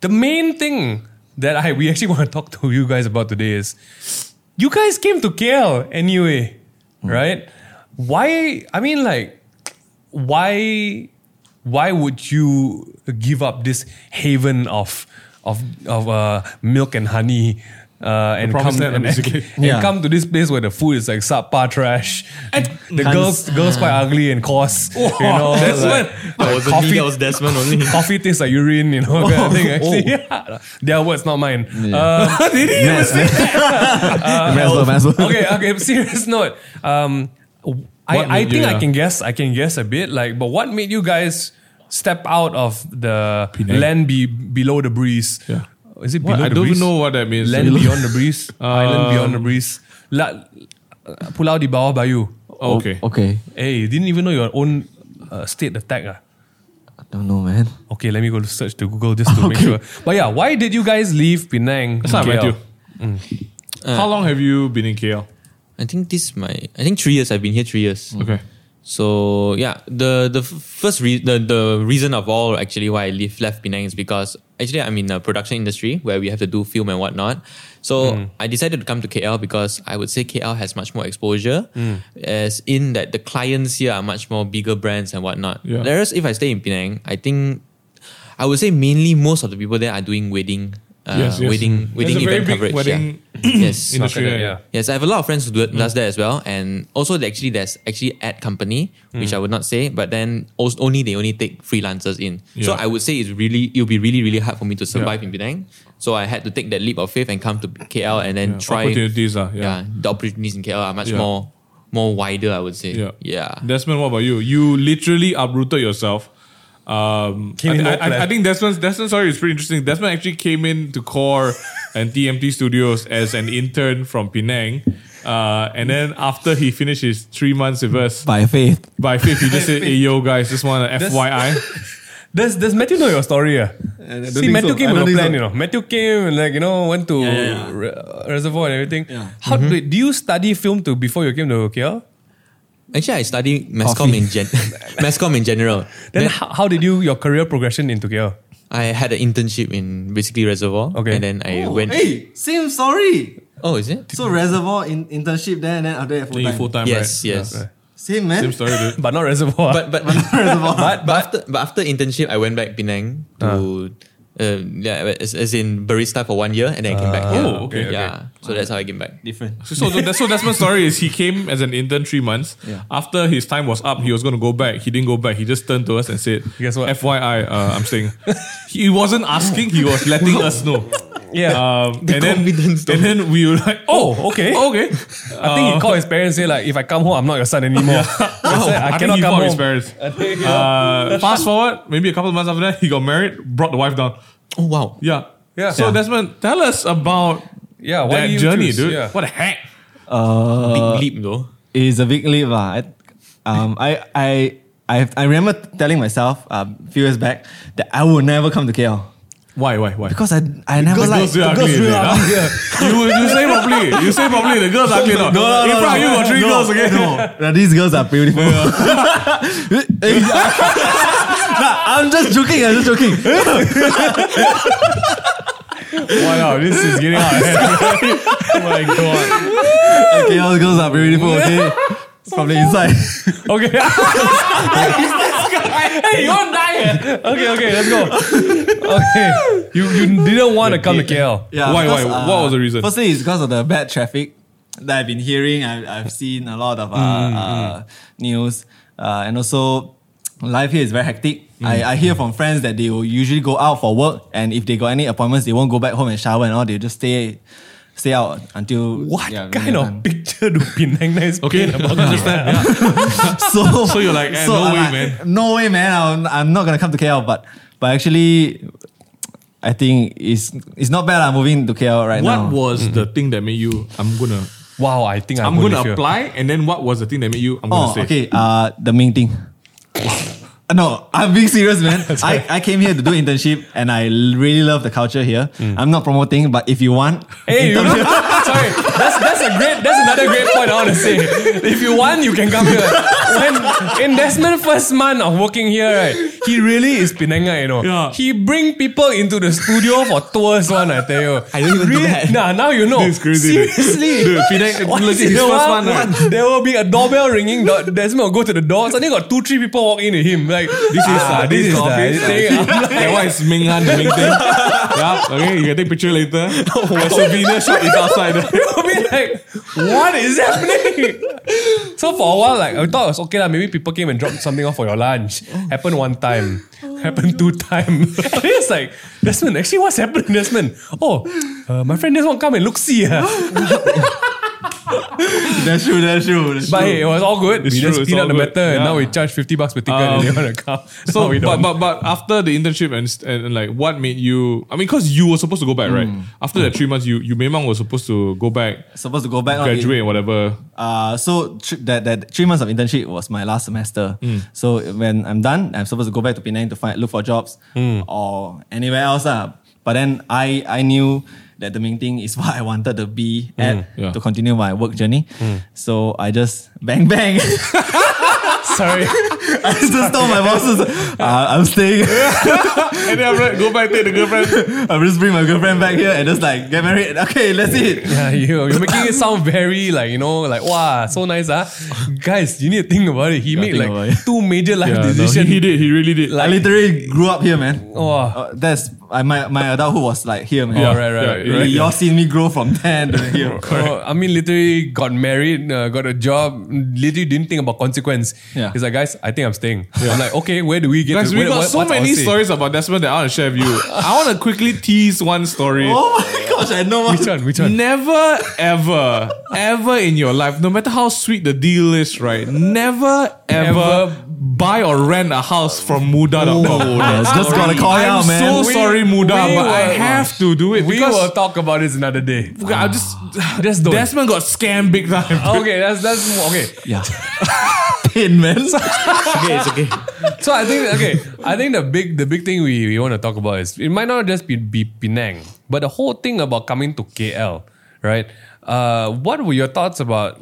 Speaker 2: The main thing that I we actually want to talk to you guys about today is you guys came to KL anyway, right? Why I mean like why why would you give up this haven of of of uh, milk and honey uh, and
Speaker 1: promised
Speaker 2: come
Speaker 1: land,
Speaker 2: and,
Speaker 1: basically.
Speaker 2: and
Speaker 3: Yeah.
Speaker 2: come to this place where the food is like subpar trash and the girls girls quite ugly and coarse you know
Speaker 1: that's
Speaker 2: like,
Speaker 4: I
Speaker 2: like
Speaker 4: wasn't me, Oh.
Speaker 2: coffee
Speaker 4: that was Desmond only.
Speaker 2: coffee tastes like urine you know kind of thing actually yeah. their words not mine Uh,
Speaker 1: Uh,
Speaker 3: Might as well, might as well.
Speaker 2: okay, okay. Serious note. Um,
Speaker 1: What
Speaker 2: I, I
Speaker 1: made
Speaker 2: think
Speaker 1: you-
Speaker 2: I
Speaker 1: yeah.
Speaker 2: can guess. I can guess a bit. Like, but what made you guys step out of the
Speaker 1: Penang.
Speaker 2: land be, below the breeze?
Speaker 1: Yeah.
Speaker 2: Is it
Speaker 1: What?
Speaker 2: below
Speaker 1: I
Speaker 2: the
Speaker 1: don't
Speaker 2: breeze?
Speaker 1: know what that means.
Speaker 2: Land beyond the breeze. Island
Speaker 1: Um,
Speaker 2: beyond the breeze. La, Pulau di bawah bayu.
Speaker 1: Oh, Okay.
Speaker 3: Okay.
Speaker 2: Hey, you didn't even know your own uh, state of tag. ah.
Speaker 3: I don't know, man.
Speaker 2: Okay, let me go to search to Google just to make
Speaker 3: Okay.
Speaker 2: sure. But yeah, why did you guys leave Penang?
Speaker 1: That's not
Speaker 2: KL?
Speaker 1: Matthew. Mm. How long have you been in KL?
Speaker 4: I think this is my I think three years. I've been here three years.
Speaker 1: Okay.
Speaker 4: So yeah, the the f- first re- the the reason of all actually why I leave left Penang is because actually I'm in the production industry where we have to do film and whatnot. So
Speaker 1: Hmm.
Speaker 4: I decided to come to KL because I would say KL has much more exposure,
Speaker 1: Hmm.
Speaker 4: as in that the clients here are much more bigger brands and whatnot.
Speaker 1: Yeah.
Speaker 4: Whereas if I stay in Penang, I think I would say mainly most of the people there are doing wedding, uh,
Speaker 1: Yes, yes.
Speaker 4: wedding
Speaker 1: There's
Speaker 4: wedding
Speaker 1: a very
Speaker 4: event
Speaker 1: big
Speaker 4: coverage.
Speaker 1: wedding
Speaker 4: yeah. yes,
Speaker 1: Industry.
Speaker 2: Okay,
Speaker 1: yeah. Mm.
Speaker 2: yeah.
Speaker 4: Yes, I have a lot of friends who do it, does that as well, and also they actually there's actually ad company
Speaker 1: Mm.
Speaker 4: which I would not say, but then also only they only take freelancers in. So
Speaker 1: Yeah.
Speaker 4: I would say it's really it'll be really really hard for me to survive in Penang. So I had to take that leap of faith and come to KL and then
Speaker 1: Yeah.
Speaker 4: try.
Speaker 1: Opportunities, ah, yeah.
Speaker 4: yeah, the opportunities in KL are much
Speaker 1: Yeah.
Speaker 4: more more wider. I would say.
Speaker 1: Yeah.
Speaker 4: yeah.
Speaker 1: Desmond, what about you? You literally uprooted yourself. Um, I, thi-
Speaker 2: in no
Speaker 1: I- I-
Speaker 2: plan.
Speaker 1: I think Desmond's Desmond's story is pretty interesting. Desmond actually came in to Core and TMT Studios as an intern from Penang, uh, and then after he finished his three months with us
Speaker 3: By faith.
Speaker 1: by fifth, he just said, "Hey yo, guys, just want an
Speaker 2: That's-
Speaker 1: FYI."
Speaker 2: Does Does Matthew know your story? Yeah.
Speaker 3: don't
Speaker 2: See,
Speaker 3: think
Speaker 2: Matthew
Speaker 3: so.
Speaker 2: came
Speaker 3: I
Speaker 2: with
Speaker 3: don't
Speaker 2: a
Speaker 3: think
Speaker 2: plan.
Speaker 3: so.
Speaker 2: You know, Matthew came and like you know went to re- uh, reservoir and everything. How wait, do you study film to before you came to KL?
Speaker 4: Actually, I study mass comm
Speaker 3: Coffee.
Speaker 4: in gen- mass comm in general.
Speaker 2: Then how, how did you your career progression into KL?
Speaker 4: I had an internship in basically Reservoir.
Speaker 2: Okay.
Speaker 4: and then
Speaker 1: Oh,
Speaker 4: I went.
Speaker 3: Hey, same story.
Speaker 4: Oh, is it?
Speaker 3: So reservoir in internship there and then after that full
Speaker 1: Then you
Speaker 3: time.
Speaker 1: full time,
Speaker 4: Yes,
Speaker 1: right?
Speaker 4: yes.
Speaker 3: Same man.
Speaker 1: Same story, dude.
Speaker 2: But not reservoir.
Speaker 4: but but but, but after but after internship, I went back Penang to uh, yeah, as, as in barista for one year, and then I came back here.
Speaker 1: Oh, okay, okay.
Speaker 4: yeah. So that's how I came back.
Speaker 3: Different.
Speaker 1: So, so, that's, so Desmond's story is he came as an intern three months.
Speaker 3: Yeah.
Speaker 1: After his time was up, he was going to go back. He didn't go back. He just turned to us and said,
Speaker 2: Guess what?
Speaker 1: FYI, uh, I'm saying. he wasn't asking, he was letting us know.
Speaker 2: yeah,
Speaker 1: Um, and,
Speaker 4: confidence
Speaker 1: then,
Speaker 4: though.
Speaker 1: and then we were like, oh,
Speaker 2: Oh, okay.
Speaker 1: Okay.
Speaker 2: I think he called his parents say like, if I come home, I'm not your son anymore. I, said, I
Speaker 1: Uh, Oh, I, think he
Speaker 2: cannot come
Speaker 1: called
Speaker 2: home.
Speaker 1: his parents. Uh, fast forward, maybe a couple of months after that, he got married, brought the wife down.
Speaker 4: Oh wow.
Speaker 1: Yeah.
Speaker 2: Yeah.
Speaker 1: So,
Speaker 2: Yeah.
Speaker 1: Desmond, tell us about
Speaker 2: Yeah, why
Speaker 1: that
Speaker 2: do you
Speaker 1: journey,
Speaker 2: choose?
Speaker 1: dude.
Speaker 2: Yeah.
Speaker 1: What the heck?
Speaker 4: Big leap though.
Speaker 3: It's a big leap. lah. I, um, I, I, I, I remember telling myself um, a few years back that I would never come to KL
Speaker 1: Why, why, why?
Speaker 3: because I, I never
Speaker 1: Girls,
Speaker 3: liked
Speaker 1: girls, you ugly.
Speaker 3: really
Speaker 1: is it,
Speaker 3: ugly.
Speaker 1: huh? you, you say properly. You say properly. The girls ugly. No, no, no. In front of you got three
Speaker 3: no,
Speaker 1: girls again.
Speaker 3: No, no, these girls are beautiful. Eh, nah, I'm just joking. I'm just joking.
Speaker 2: Wow, this is getting out of hand. oh my god.
Speaker 3: Okay, all girls are beautiful. Okay, from the inside.
Speaker 2: Okay. hey, you won't die. eh? Okay, okay, let's go. Okay. You you didn't want to come to KL.
Speaker 3: Yeah,
Speaker 1: Why-
Speaker 3: because, uh,
Speaker 1: why? What was the reason?
Speaker 3: Firstly, it's because of the bad traffic that I've been hearing. I, I've seen a lot of uh,
Speaker 1: Mm,
Speaker 3: uh, news, uh, and also life here is very hectic.
Speaker 1: Mm.
Speaker 3: I, I hear from friends that they will usually go out for work, and if they got any appointments, they won't go back home and shower and all. They just stay stay out until
Speaker 2: What
Speaker 3: yeah,
Speaker 2: kind
Speaker 3: dinner
Speaker 2: of
Speaker 3: time.
Speaker 2: picture do Penang nice
Speaker 1: Okay,
Speaker 2: paint about?
Speaker 1: understand. Yeah.
Speaker 3: so
Speaker 1: So you're like, eh, no
Speaker 3: I'm
Speaker 1: way,
Speaker 3: like,
Speaker 1: man.
Speaker 3: no way, man. I'm, I'm not gonna come to KL, but but actually. I think it's it's not bad. I'm moving to KL right now.
Speaker 1: What was the thing that made you? I'm gonna.
Speaker 2: Wow, I think I'm,
Speaker 1: I'm
Speaker 2: going
Speaker 1: gonna
Speaker 2: to
Speaker 1: apply, and then what was the thing that made you? I'm gonna
Speaker 3: Oh,
Speaker 1: say.
Speaker 3: okay. Uh, the main thing. no, I'm being serious, man. I, I came here to do internship, and I l- really love the culture here. I'm not promoting, but if you want,
Speaker 2: Mm. Hey, you
Speaker 3: intern-
Speaker 2: know, sorry, that's that's a great that's another great point I want to say. If you want, you can come here. When in Desmond first month of working here, right? He really is Penanga, you know.
Speaker 1: Yeah.
Speaker 2: He bring people into the studio for tours. One, I tell you.
Speaker 3: I don't even do
Speaker 2: Really-
Speaker 3: that.
Speaker 2: Nah, now you know.
Speaker 1: It's crazy. dude.
Speaker 2: Seriously.
Speaker 1: Dude, Penang,
Speaker 2: Once
Speaker 1: legit, his
Speaker 2: in a
Speaker 1: first
Speaker 2: while,
Speaker 1: one. right?
Speaker 2: There will be a doorbell ringing. Do- Desmond will go to the door. Suddenly got two, three people walk in to him. Like "Ah,
Speaker 1: This is uh, this is the
Speaker 2: office. thing. I'm like,
Speaker 1: That one is Ming Han, the Ming thing. yeah, okay, you can take picture later. My souvenir shop is outside.
Speaker 2: You'll be like, what is happening? so for a while, like I thought it was okay, lah. maybe people came and dropped something off for your lunch. Happened one time. Happened two times. And it's like, Desmond, actually what's happening, Desmond? Oh, uh, my friend just want to come and look see. ah."
Speaker 3: that's true. That's true. That's
Speaker 2: But
Speaker 3: true.
Speaker 2: hey, it was all good.
Speaker 1: It's
Speaker 2: we
Speaker 1: true,
Speaker 2: just
Speaker 1: it's
Speaker 2: clean
Speaker 1: all
Speaker 2: up the
Speaker 1: good.
Speaker 2: matter and
Speaker 1: Yeah.
Speaker 2: now we charge 50 bucks per ticket
Speaker 1: Um,
Speaker 2: and they want to come.
Speaker 1: So,
Speaker 2: No, we
Speaker 1: but,
Speaker 2: don't.
Speaker 1: but but after the internship and st- and, and like what made you? I mean, because you were supposed to go back, right? After that three months, you you memang was supposed to go back,
Speaker 3: Supposed to go back on it.
Speaker 1: graduate, and whatever.
Speaker 3: Uh, so thr- that, that three months of internship was my last semester.
Speaker 2: Hmm.
Speaker 3: So when I'm done, I'm supposed to go back to Penang to find look for jobs
Speaker 2: Hmm.
Speaker 3: or anywhere else. Uh. But then I I knew that the main thing is what I wanted to be
Speaker 2: Hmm,
Speaker 3: at
Speaker 1: yeah.
Speaker 3: to continue my work journey. So I just bang bang.
Speaker 2: sorry.
Speaker 3: I just told my bosses uh, I'm staying.
Speaker 1: and then after that, go back take the girlfriend.
Speaker 3: I'm just bring my girlfriend back here and just like get married. Okay, that's it.
Speaker 2: Yeah, you, you're making it sound very like you know like wow so nice ah. Guys, you need to think about it. He made like
Speaker 3: think about it.
Speaker 2: two major life
Speaker 1: Yeah, no, he,
Speaker 2: decisions.
Speaker 1: he did. He really did.
Speaker 3: I literally grew up here, man.
Speaker 2: Wow.
Speaker 3: Uh, that's I, my my adulthood was like here, man.
Speaker 2: Yeah, right, right, right,
Speaker 1: yeah,
Speaker 2: right.
Speaker 1: yeah.
Speaker 3: Y'all seen me grow from ten to here.
Speaker 2: Oh, I mean, literally got married, uh, got a job, literally didn't think about consequence.
Speaker 3: Yeah.
Speaker 2: He's like, guys, I think I'm staying. I'm like, okay, where do we get
Speaker 1: Guys,
Speaker 2: to?
Speaker 1: we
Speaker 2: where-
Speaker 1: got
Speaker 2: what-
Speaker 1: so
Speaker 2: what's our
Speaker 1: many
Speaker 2: say?
Speaker 1: stories about Desmond that I want to share with you. I want to quickly tease one story.
Speaker 3: Oh my gosh, I know
Speaker 2: Which one?
Speaker 3: what.
Speaker 2: Which one?
Speaker 1: Never, ever, ever in your life, no matter how sweet the deal is, right? Never, ever,
Speaker 2: Ever. Oh.
Speaker 1: buy or rent a house from Muda.com.
Speaker 3: that's just gotta call
Speaker 1: I'm
Speaker 3: out, man.
Speaker 1: so
Speaker 2: We-
Speaker 1: sorry, Muda,
Speaker 2: we
Speaker 1: but I
Speaker 2: were-
Speaker 1: have to do it
Speaker 2: we
Speaker 1: because
Speaker 2: will talk about this another day.
Speaker 1: I
Speaker 2: Ah,
Speaker 1: just
Speaker 2: Just don't.
Speaker 1: Desmond got scammed big time.
Speaker 2: okay, that's that's okay.
Speaker 3: Yeah. Pain, man.
Speaker 4: okay, it's okay.
Speaker 2: So I think okay, I think the big the big thing we, we want to talk about is it might not just be, be Penang, but the whole thing about coming to KL, right? Uh, what were your thoughts about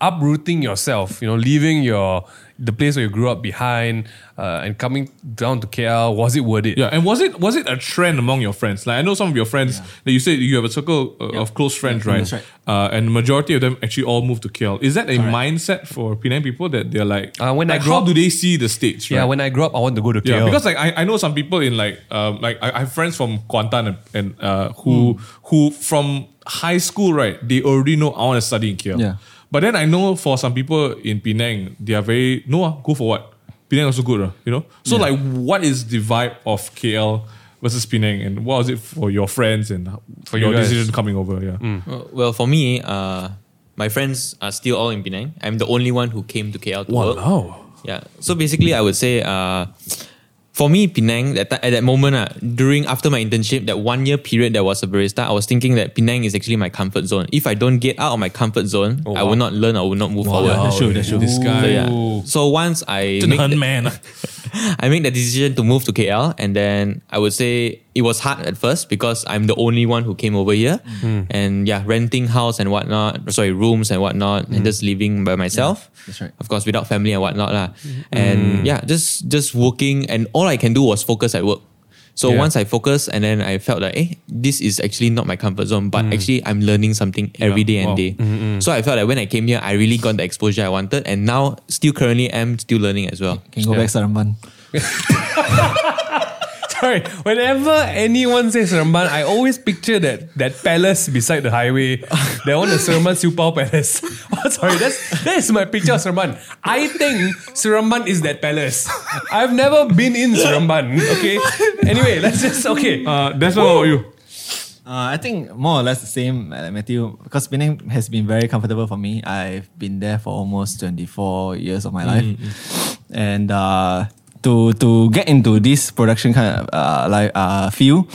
Speaker 2: uprooting yourself? You know, leaving your the place where you grew up behind uh, and coming down to KL. Was it worth it?
Speaker 1: Yeah, and was it was it a trend among your friends? Like I know some of your friends that you said you have a circle uh, of close friends, right?
Speaker 3: that's right.
Speaker 1: Uh, and majority of them actually all moved to KL. Is that a mindset for Penang people that they're like?
Speaker 2: Uh, when I
Speaker 1: like,
Speaker 2: grew
Speaker 1: how
Speaker 2: up-
Speaker 1: do they see the states?
Speaker 2: Yeah,
Speaker 1: right?
Speaker 2: when I grew up, I want to go to KL.
Speaker 1: Yeah, because like I, I know some people in like um like I, I have friends from Kuantan and, and uh who who from high school right they already know I want to study in KL.
Speaker 3: Yeah.
Speaker 1: But then I know for some people in Penang they are very no ah, go for what Penang also good ah, you know so like what is the vibe of KL versus Penang and what was it for your friends and for
Speaker 2: you
Speaker 1: your
Speaker 2: guys.
Speaker 1: decision coming over yeah
Speaker 4: Uh, Well, for me, uh, my friends are still all in Penang. I'm the only one who came to KL to work. Yeah. So basically, I would say, uh, for me, Penang that ti- at that moment, uh, during after my internship, that one year period that was a barista, I was thinking that Penang is actually my comfort zone. If I don't get out of my comfort zone, I will not learn. I will not move forward.
Speaker 1: Wow,
Speaker 3: true, that's true.
Speaker 1: This guy,
Speaker 4: So, yeah. so once I make the-
Speaker 1: man.
Speaker 4: I made the decision to move to KL, and then I would say it was hard at first because I'm the only one who came over here, and yeah, renting house and whatnot, sorry, rooms and whatnot, and just living by myself.
Speaker 3: that's right.
Speaker 4: Of course, without family and whatnot lah. And yeah, just just working, and all I can do was focus at work. So
Speaker 2: Yeah.
Speaker 4: once I focus, and then I felt like, eh, this is actually not my comfort zone, but actually I'm learning something every day and
Speaker 1: Wow.
Speaker 4: day. So I felt like when I came here, I really got the exposure I wanted, and now still currently am still learning as well.
Speaker 3: Can go back Saraman.
Speaker 2: Sorry, whenever anyone says Seremban, I always picture that that palace beside the highway. That one is Seremban Supau Palace. Oh, sorry, that's that is my picture of Seremban. I think Seremban is that palace. I've never been in Seremban. Okay. Anyway, let's just okay.
Speaker 1: Uh, that's not about you.
Speaker 3: Uh, I think more or less the same, uh, Matthew, because Penang has been very comfortable for me. I've been there for almost 24 years of my life. And uh, to to get into this production kind of uh, like uh, field,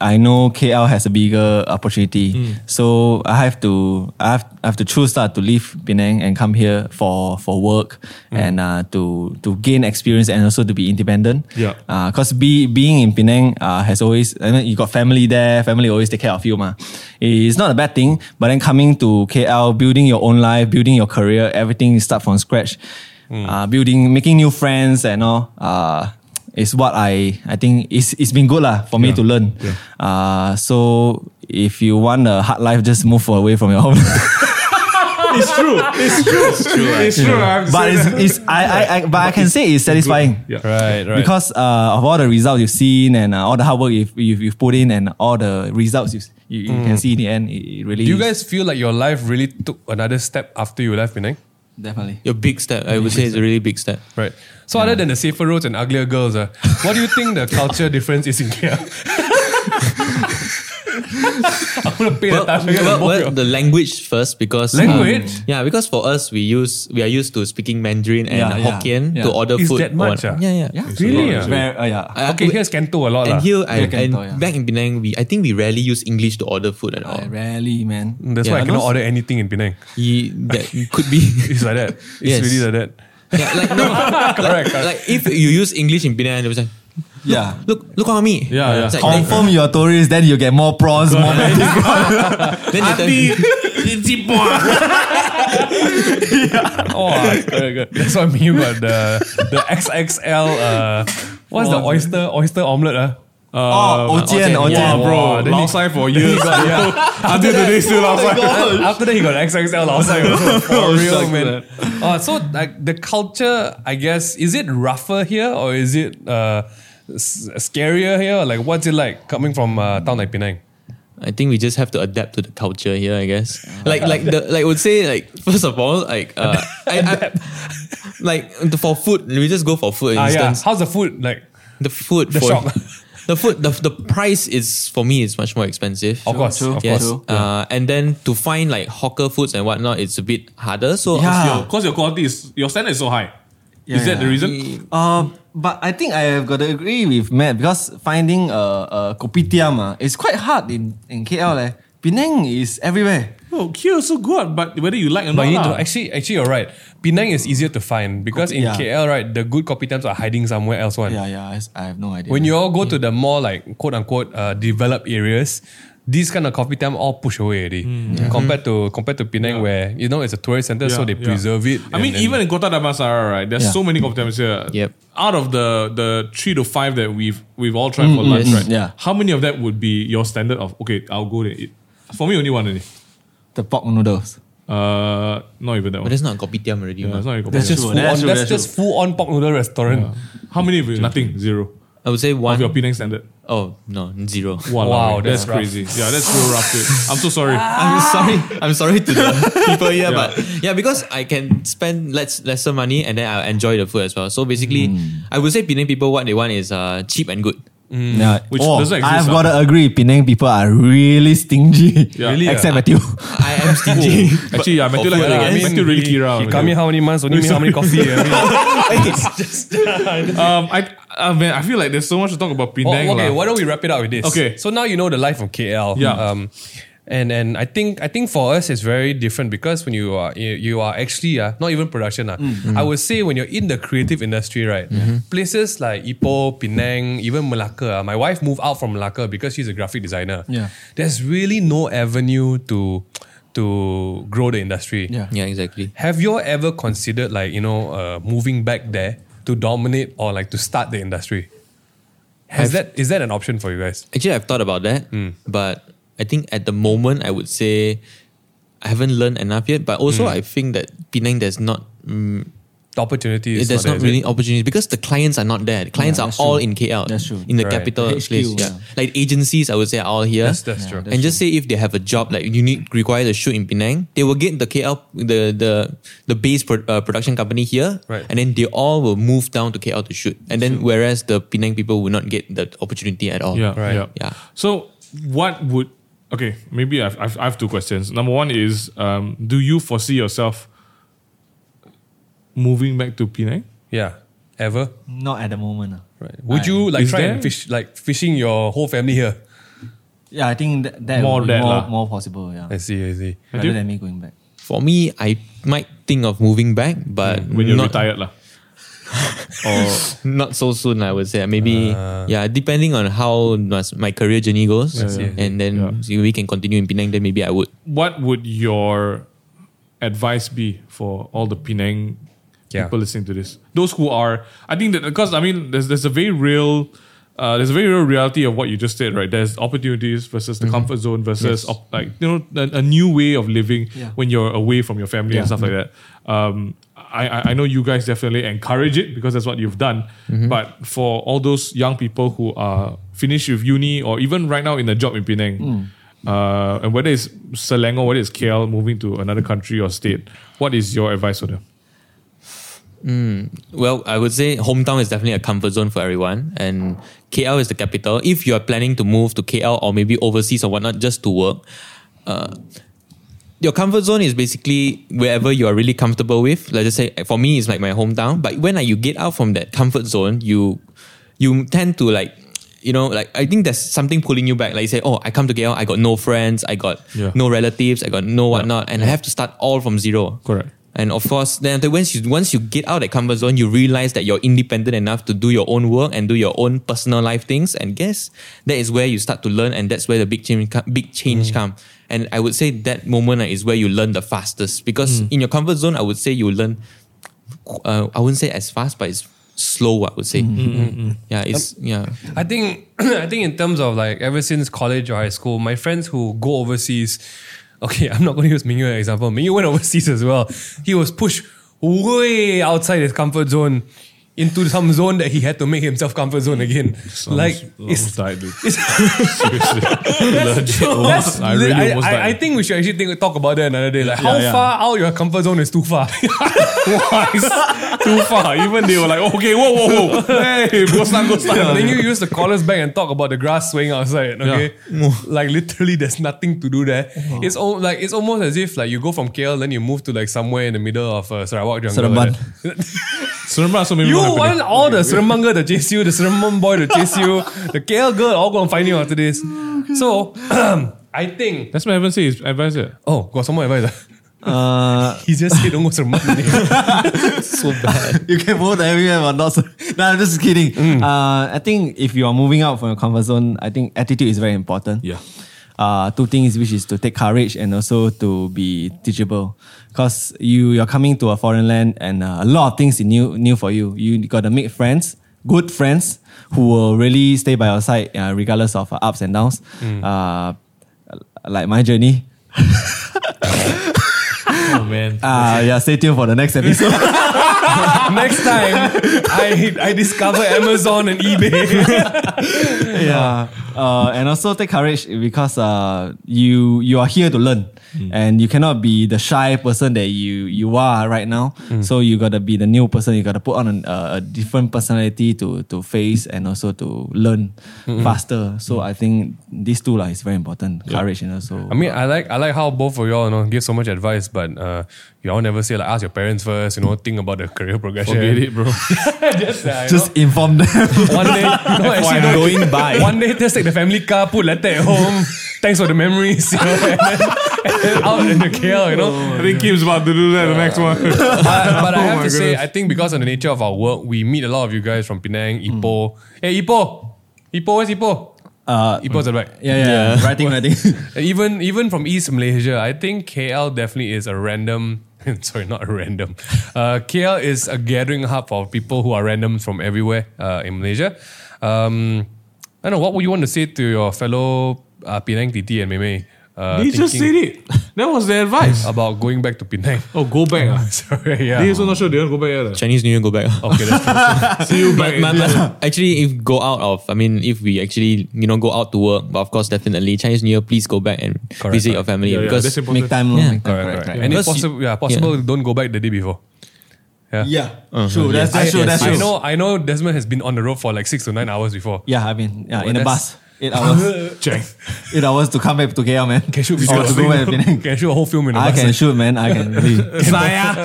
Speaker 3: I know KL has a bigger opportunity. So I have to I have, I have to choose uh, to leave Penang and come here for, for work and uh, to to gain experience and also to be independent.
Speaker 1: Yeah.
Speaker 3: Because Uh, be, being in Penang uh, has always, I mean, you got family there, family always take care of you. Ma. It's not a bad thing, but then coming to KL, building your own life, building your career, everything you start from scratch, uh, building, making new friends and all, uh, is what I, I think it's, it's been good lah for me to learn. Uh, so if you want a hard life, just move away from your home.
Speaker 1: It's true. It's true. It's true. It's true. I have to
Speaker 3: but
Speaker 1: say
Speaker 3: it's,
Speaker 1: that.
Speaker 3: it's I, I, I, but I can say it's satisfying.
Speaker 1: Yeah.
Speaker 2: Right, right.
Speaker 3: Because uh, of all the results you've seen and uh, all the hard work you've, you've, you've put in and all the results you've, you, you can see in the end, it, it really
Speaker 2: Mm. do you guys
Speaker 3: is-
Speaker 2: feel like your life really took another step after you left Penang?
Speaker 3: definitely.
Speaker 4: Your big step. I would say it's a really big step.
Speaker 2: Right. So other than the safer roads and uglier girls, uh, what do you think the culture difference is in here? I'm gonna pay
Speaker 4: Well,
Speaker 2: the time.
Speaker 4: well, well, the language first because um,
Speaker 2: Language?
Speaker 4: yeah, because for us we use we are used to speaking Mandarin and
Speaker 3: Yeah, yeah,
Speaker 4: Hokkien
Speaker 3: yeah.
Speaker 4: to order
Speaker 2: Is
Speaker 4: food.
Speaker 2: that much,
Speaker 4: or-
Speaker 2: ah?
Speaker 4: Yeah, yeah,
Speaker 3: Yeah.
Speaker 2: Really?
Speaker 3: It's
Speaker 2: ah?
Speaker 3: very- uh, yeah.
Speaker 4: I-
Speaker 2: Okay, here's Kento a lot. lah.
Speaker 4: and here I,
Speaker 3: Yeah, can
Speaker 4: and
Speaker 3: tell, yeah. Ah,
Speaker 4: back in Penang, we I think we rarely use English to order food at all.
Speaker 3: I rarely, man.
Speaker 2: That's why I
Speaker 4: Yeah.
Speaker 2: cannot order anything in Penang.
Speaker 4: Ye- that could be
Speaker 2: It's like that. It's
Speaker 4: Yes.
Speaker 2: really like that.
Speaker 4: yeah, like no, like,
Speaker 2: Correct, correct.
Speaker 4: like if you use English in Penang, it was like
Speaker 3: Yeah.
Speaker 4: look look on me.
Speaker 1: Yeah, yeah.
Speaker 4: It's like, then-
Speaker 3: Confirm you're a tourist, then you get more prawns, more
Speaker 4: then they tell you-
Speaker 2: Oh, very good. That's why me got the the XXL. Uh, what's the oyster oyster omelette? Uh?
Speaker 3: Oh, Ojian,
Speaker 4: Ojian,
Speaker 1: Wow,
Speaker 4: yeah.
Speaker 3: Ojian.
Speaker 2: Wow,
Speaker 1: bro,
Speaker 2: then
Speaker 1: Lao
Speaker 2: he-
Speaker 1: Sai for years. Until today, still Lao Sai.
Speaker 2: After that, he got XXL outside. also.
Speaker 1: Oh,
Speaker 2: For real, man. Uh, so, like the culture, I guess, is it rougher here or is it uh, s- scarier here? Or, like, what's it like coming from uh, town like Penang?
Speaker 4: I think we just have to adapt to the culture here, I guess. Like, like the like I would say like first of all, like uh, I, I, like the- for food, we just go for food.
Speaker 2: Ah, yeah.
Speaker 4: instance,
Speaker 2: How's the food? Like,
Speaker 4: the food
Speaker 2: The
Speaker 4: for
Speaker 2: shop.
Speaker 4: the food the, the price is for me is much more expensive.
Speaker 2: of course,
Speaker 3: true.
Speaker 2: of
Speaker 4: yes,
Speaker 2: course.
Speaker 4: uh, and then to find like hawker foods and whatnot, it's a bit harder. So
Speaker 3: Yeah.
Speaker 1: Because your quality is, your standard is so high. is
Speaker 3: Yeah,
Speaker 1: that the
Speaker 3: yeah.
Speaker 1: reason?
Speaker 3: Uh, but I think I have got to agree with Matt because finding a, a kopitiam uh, is quite hard in, in KL. leh. Penang is everywhere.
Speaker 1: Oh, Q is so good, but whether you like or
Speaker 2: But
Speaker 1: not.
Speaker 2: you need
Speaker 1: lah.
Speaker 2: to, actually, actually, you're right. Penang is easier to find because in
Speaker 3: Yeah.
Speaker 2: KL, right, the good kopitiams are hiding somewhere else. One.
Speaker 3: Yeah, yeah, I, s- I have no idea.
Speaker 2: When you all go to the more like quote unquote uh, developed areas, these kind of coffee time all push away
Speaker 1: Mm.
Speaker 2: already. Compared to compared to Penang where you know it's a tourist center, so they
Speaker 1: Mm-hmm. Yeah, yeah.
Speaker 2: preserve it.
Speaker 1: I mean,
Speaker 2: and-
Speaker 1: even in Kota Damansara, right? There's
Speaker 3: Yeah.
Speaker 1: so many competitors here.
Speaker 4: Yep.
Speaker 1: Out of the the three to five that we've we've all tried for lunch,
Speaker 4: yes.
Speaker 1: right?
Speaker 3: Yeah.
Speaker 1: How many of that would be your standard of okay? I'll go there and eat. For me, only one only.
Speaker 3: the pork noodles.
Speaker 1: Uh, not even that
Speaker 4: but
Speaker 1: one.
Speaker 4: it's not a kopitiam already.
Speaker 1: Yeah,
Speaker 4: mah.
Speaker 1: it's not even
Speaker 2: that's just
Speaker 3: true,
Speaker 2: full
Speaker 3: that's
Speaker 2: on
Speaker 3: true,
Speaker 2: that's,
Speaker 3: that's
Speaker 2: just full on pork noodle restaurant.
Speaker 1: competitive. How many of you? Nothing. Zero.
Speaker 4: I would say
Speaker 1: Of
Speaker 4: one
Speaker 1: your Penang standard.
Speaker 4: oh no zero.
Speaker 1: Wow,
Speaker 2: Wow,
Speaker 1: that's,
Speaker 2: that's rough.
Speaker 1: crazy. Yeah, that's real rough. Dude. I'm so sorry. Oh,
Speaker 4: I'm
Speaker 3: Ah.
Speaker 4: sorry. I'm sorry to the people here,
Speaker 1: Yeah.
Speaker 4: but yeah, because I can spend less lesser money and then I'll enjoy the food as well. So basically,
Speaker 3: Hmm.
Speaker 4: I would say Penang people what they want is uh, cheap and good.
Speaker 3: Yeah.
Speaker 1: Hmm. Which
Speaker 3: oh,
Speaker 1: doesn't exist,
Speaker 3: I've
Speaker 1: ah.
Speaker 3: got to agree. Penang people are really stingy.
Speaker 1: Yeah. Really, ah.
Speaker 3: Except Matthew.
Speaker 4: I am stingy.
Speaker 1: Actually, yeah, Matthew
Speaker 4: For
Speaker 1: like
Speaker 4: food,
Speaker 1: that.
Speaker 4: I
Speaker 1: I mean,
Speaker 4: guess.
Speaker 1: Matthew really kira.
Speaker 2: He come here how many months? Only me how many coffee? I mean,
Speaker 1: Um, I, uh, man, I feel like there's so much to talk about
Speaker 2: Oh,
Speaker 1: Penang.
Speaker 2: okay,
Speaker 1: lah.
Speaker 2: why don't we wrap it up with this?
Speaker 1: Okay.
Speaker 2: So now you know the life of KL.
Speaker 1: Yeah.
Speaker 2: Um, and and I think I think for us it's very different because when you are you, you are actually uh, not even production uh, I would say when you're in the creative industry right
Speaker 1: Mm-hmm.
Speaker 2: places like Ipoh Penang even Malacca uh, my wife moved out from Malacca because she's a graphic designer
Speaker 3: Yeah.
Speaker 2: there's really no avenue to to grow the industry
Speaker 3: Yeah.
Speaker 4: Yeah, exactly.
Speaker 2: have you all ever considered like you know uh, moving back there to dominate or like to start the industry? Has that is that an option for you guys?
Speaker 4: Actually, I've thought about that,
Speaker 2: Hmm.
Speaker 4: but I think at the moment I would
Speaker 2: Hmm.
Speaker 4: say I haven't learned enough yet. But also, I think that Penang there's not mm,
Speaker 2: the opportunity is
Speaker 4: there's
Speaker 2: not,
Speaker 4: not
Speaker 2: there, is
Speaker 4: really opportunities because the clients are not there. The clients
Speaker 3: Yeah,
Speaker 4: are
Speaker 3: that's
Speaker 4: all
Speaker 3: true.
Speaker 4: in KL.
Speaker 3: That's true.
Speaker 4: In the
Speaker 2: Right.
Speaker 4: capital
Speaker 3: HQ,
Speaker 4: place. Yeah.
Speaker 3: yeah.
Speaker 4: Like agencies, I would say, are all here.
Speaker 2: That's- that's Yeah, true.
Speaker 4: and just say if they have a job, like you need require the shoot in Penang, they will get the KL, the the the base pro, uh, production company here,
Speaker 2: Right.
Speaker 4: and then they all will move down to KL to shoot. And then whereas the Penang people will not get the opportunity at all.
Speaker 1: Yeah,
Speaker 2: Right.
Speaker 1: yeah,
Speaker 4: Yeah.
Speaker 1: So, what would okay? Maybe I've, I've, I have two questions. Number one is, um, do you foresee yourself moving back to Penang?
Speaker 2: Yeah. Ever.
Speaker 3: Not at the moment. ah.
Speaker 2: Right. Would you like
Speaker 1: Is
Speaker 2: try
Speaker 1: there-
Speaker 2: and fish like fishing your whole family here?
Speaker 3: Yeah, I think that, that
Speaker 1: More
Speaker 3: would be
Speaker 1: that
Speaker 3: more,
Speaker 1: lah.
Speaker 3: more possible. Yeah,
Speaker 2: I see, I see.
Speaker 1: I do.
Speaker 3: rather than me going back.
Speaker 4: For me, I might think of moving back, but
Speaker 1: Mm. When you're
Speaker 4: not,
Speaker 1: retired, lah. or
Speaker 4: not so soon, I would say. Maybe,
Speaker 1: Ah.
Speaker 4: yeah, depending on how my, my career journey goes.
Speaker 1: see, I see.
Speaker 4: And then
Speaker 1: Yeah.
Speaker 4: see, we can continue in Penang, then maybe I would.
Speaker 1: what would your advice be for all the Penang
Speaker 2: Yeah.
Speaker 1: people listening to this? Those who are, I think that because I mean, there's there's a very real, uh, there's a very real reality of what you just said, right? There's opportunities versus the comfort zone versus op- like you know a, a new way of living
Speaker 3: Yeah.
Speaker 1: when you're away from your family and
Speaker 3: Yeah.
Speaker 1: stuff like that. Um, I, I- I know you guys definitely encourage it because that's what you've done.
Speaker 2: Mm-hmm.
Speaker 1: But for all those young people who are finished with uni or even right now in a job in Penang,
Speaker 2: Hmm.
Speaker 1: uh, and whether it's Selangor, whether it's KL, moving to another country or state, what is your advice for them?
Speaker 4: Well, I would say hometown is definitely a comfort zone for everyone, and KL is the capital. If you are planning to move to KL or maybe overseas or whatnot just to work, uh, your comfort zone is basically wherever you are really comfortable with. Let's just say for me, it's like my hometown. But when like, you get out from that comfort zone, you you tend to like. You know, like I think there's something pulling you back. Like you say, oh, I come to KL, I got no friends, I got
Speaker 1: Yeah.
Speaker 4: no relatives, I got no whatnot, and I have to start all from zero.
Speaker 1: Correct.
Speaker 4: And of course, then after- once you once you get out that comfort zone, you realize that you're independent enough to do your own work and do your own personal life things. And guess that is where you start to learn, and that's where the big change co- big change come. And I would say that moment uh, is where you learn the fastest because in your comfort zone, I would say you learn. Uh, I wouldn't say as fast, but it's slow. I would say, yeah, it's yeah,
Speaker 2: I think I think in terms of like ever since college or high school, my friends who go overseas. Okay, I'm not going to use Mingyu as an example. Mingyu went overseas as well. He was pushed way outside his comfort zone into some zone that he had to make himself comfort zone again. like
Speaker 1: almost, almost
Speaker 2: it's,
Speaker 1: died, dude.
Speaker 2: it's
Speaker 1: Seriously. Legit,
Speaker 2: that's,
Speaker 1: almost- I really
Speaker 2: I,
Speaker 1: almost
Speaker 2: I-
Speaker 1: died.
Speaker 2: I think we should actually think, talk about that another day. Like how
Speaker 3: yeah.
Speaker 2: far out your comfort zone is too far.
Speaker 1: Twice. Too far. Even they were like, okay, whoa, whoa, whoa. Hey, go slam, go slam.
Speaker 2: then you use the collars back and talk about the grass swaying outside. Okay, like literally, there's nothing to do there. It's all like it's almost as if like you go from KL, then you move to like somewhere in the middle of uh, Sarawak jungle.
Speaker 3: Seremban.
Speaker 2: like that.
Speaker 1: Seremban also made me
Speaker 2: you
Speaker 1: not happy.
Speaker 2: want all the Seremban girl to chase you, the Seremban boy to chase you, the KL girl all gonna find you after this. So I think
Speaker 1: That's my advice. Is advice. Yeah.
Speaker 2: oh, got someone advice. ah?
Speaker 3: Uh,
Speaker 2: He just said don't go Seremban.
Speaker 4: so bad.
Speaker 3: you can vote everywhere, but not. So, no, I'm just kidding. Uh, I think if you are moving out from your comfort zone, I think attitude is very important.
Speaker 1: Yeah.
Speaker 3: Uh, two things, which is to take courage and also to be teachable, because you you're coming to a foreign land and uh, a lot of things is new new for you. You got to make friends, good friends who will really stay by your side uh, regardless of uh, ups and downs. Uh, like my journey.
Speaker 1: Oh man.
Speaker 3: Uh, yeah, stay tuned for the next episode.
Speaker 2: Next time, I I discover Amazon and eBay.
Speaker 3: yeah. Uh, and also take courage because uh, you you are here to learn,
Speaker 2: Hmm.
Speaker 3: and you cannot be the shy person that you you are right now.
Speaker 2: Hmm.
Speaker 3: So you gotta be the new person. You gotta put on an, uh, a different personality to to face and also to learn
Speaker 2: Hmm.
Speaker 3: faster. So I think these two like is very important. Courage and also.
Speaker 2: I mean, I like I like how both of y'all you know give so much advice, but uh, y'all never say like ask your parents first. You know, think about the career progression.
Speaker 1: Forget it, bro.
Speaker 2: just, uh, you
Speaker 3: just inform them.
Speaker 2: know, one day, no, actually, no,
Speaker 4: I'm going by.
Speaker 2: One day, just take the family car, put letter at home. Thanks for the memories. You know, and then, and then out in the KL, you know.
Speaker 1: I think Kim's about to do that. The next one.
Speaker 2: But, but I have
Speaker 1: Oh my
Speaker 2: to say,
Speaker 1: goodness.
Speaker 2: I think because of the nature of our work, we meet a lot of you guys from Penang, Ipoh.
Speaker 1: Hmm.
Speaker 2: Hey, Ipoh, Ipoh, where's Ipoh?
Speaker 3: Uh,
Speaker 2: Ipoh's
Speaker 1: Hmm.
Speaker 2: at the back.
Speaker 3: yeah, yeah, yeah. Writing, writing.
Speaker 2: Even even from East Malaysia, I think KL definitely is a random. Sorry, not a random. Uh, KL is a gathering hub for people who are random from everywhere uh, in Malaysia. Um, I don't know what would you want to say to your fellow uh, Penang Titi and Meme uh,
Speaker 1: they just said
Speaker 2: thinking
Speaker 1: it. That was their advice.
Speaker 2: about going back to Penang.
Speaker 1: Oh, go back. ah.
Speaker 2: Sorry, yeah.
Speaker 1: They also not sure they want to go back yet. ah.
Speaker 4: Chinese New Year, go back.
Speaker 2: okay, that's true.
Speaker 1: See you back.
Speaker 4: But, but- but actually, if go out of, I mean, if we actually, you know, go out to work, but of course, definitely Chinese New Year, please go back and
Speaker 2: Correct,
Speaker 4: visit
Speaker 2: correct.
Speaker 4: your family
Speaker 1: Yeah, yeah,
Speaker 4: because
Speaker 1: that's important.
Speaker 3: Make time, lor,
Speaker 4: Yeah.
Speaker 3: make time.
Speaker 2: correct, correct. And
Speaker 4: Because
Speaker 2: if possible, yeah, possible, don't go back the day before.
Speaker 3: Yeah, true. That's,
Speaker 4: I-
Speaker 3: that's true. That's
Speaker 2: Uh-huh. I
Speaker 3: true.
Speaker 4: yes,
Speaker 2: know, I know. Desmond has been on the road for like six to nine hours before.
Speaker 3: Yeah, I mean, yeah, in a
Speaker 2: that's-
Speaker 3: bus, eight hours,
Speaker 1: Check.
Speaker 3: eight hours to come back to KL, man.
Speaker 2: Can shoot
Speaker 3: Or to
Speaker 2: videos.
Speaker 3: Oh, go back to Penang.
Speaker 2: Can shoot a whole film in a
Speaker 3: I
Speaker 2: bus.
Speaker 3: can shoot, man. I can. really.
Speaker 1: Zaya.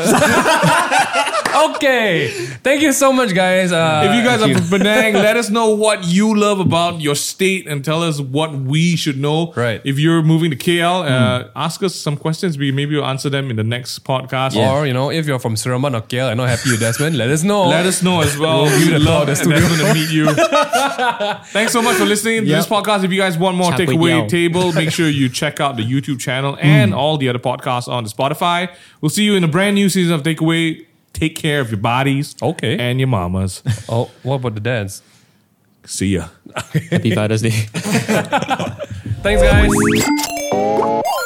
Speaker 2: Okay, thank you so much, guys. Uh,
Speaker 1: If you guys are from Penang, let us know what you love about your state and tell us what we should know.
Speaker 2: Right.
Speaker 1: If you're moving to KL, uh, ask us some questions. We maybe we'll answer them in the next podcast.
Speaker 2: Or you know, if you're from Seremban or KL and not happy with Desmond, let us know.
Speaker 1: Let us know as well.
Speaker 2: We'll give it a
Speaker 1: We'd love
Speaker 2: thought, the
Speaker 1: and
Speaker 2: studio.
Speaker 1: that's gonna meet you. Thanks so much for listening to this podcast. If you guys want more
Speaker 4: Chapway
Speaker 1: takeaway
Speaker 4: Yao.
Speaker 1: table, make sure you check out the YouTube channel and all the other podcasts on the Spotify. We'll see you in a brand new season of Takeaway. Take care of your bodies,
Speaker 2: Okay.
Speaker 1: and your mamas.
Speaker 2: Oh, what about the dads?
Speaker 1: See ya.
Speaker 4: happy Father's Day.
Speaker 2: Thanks, guys.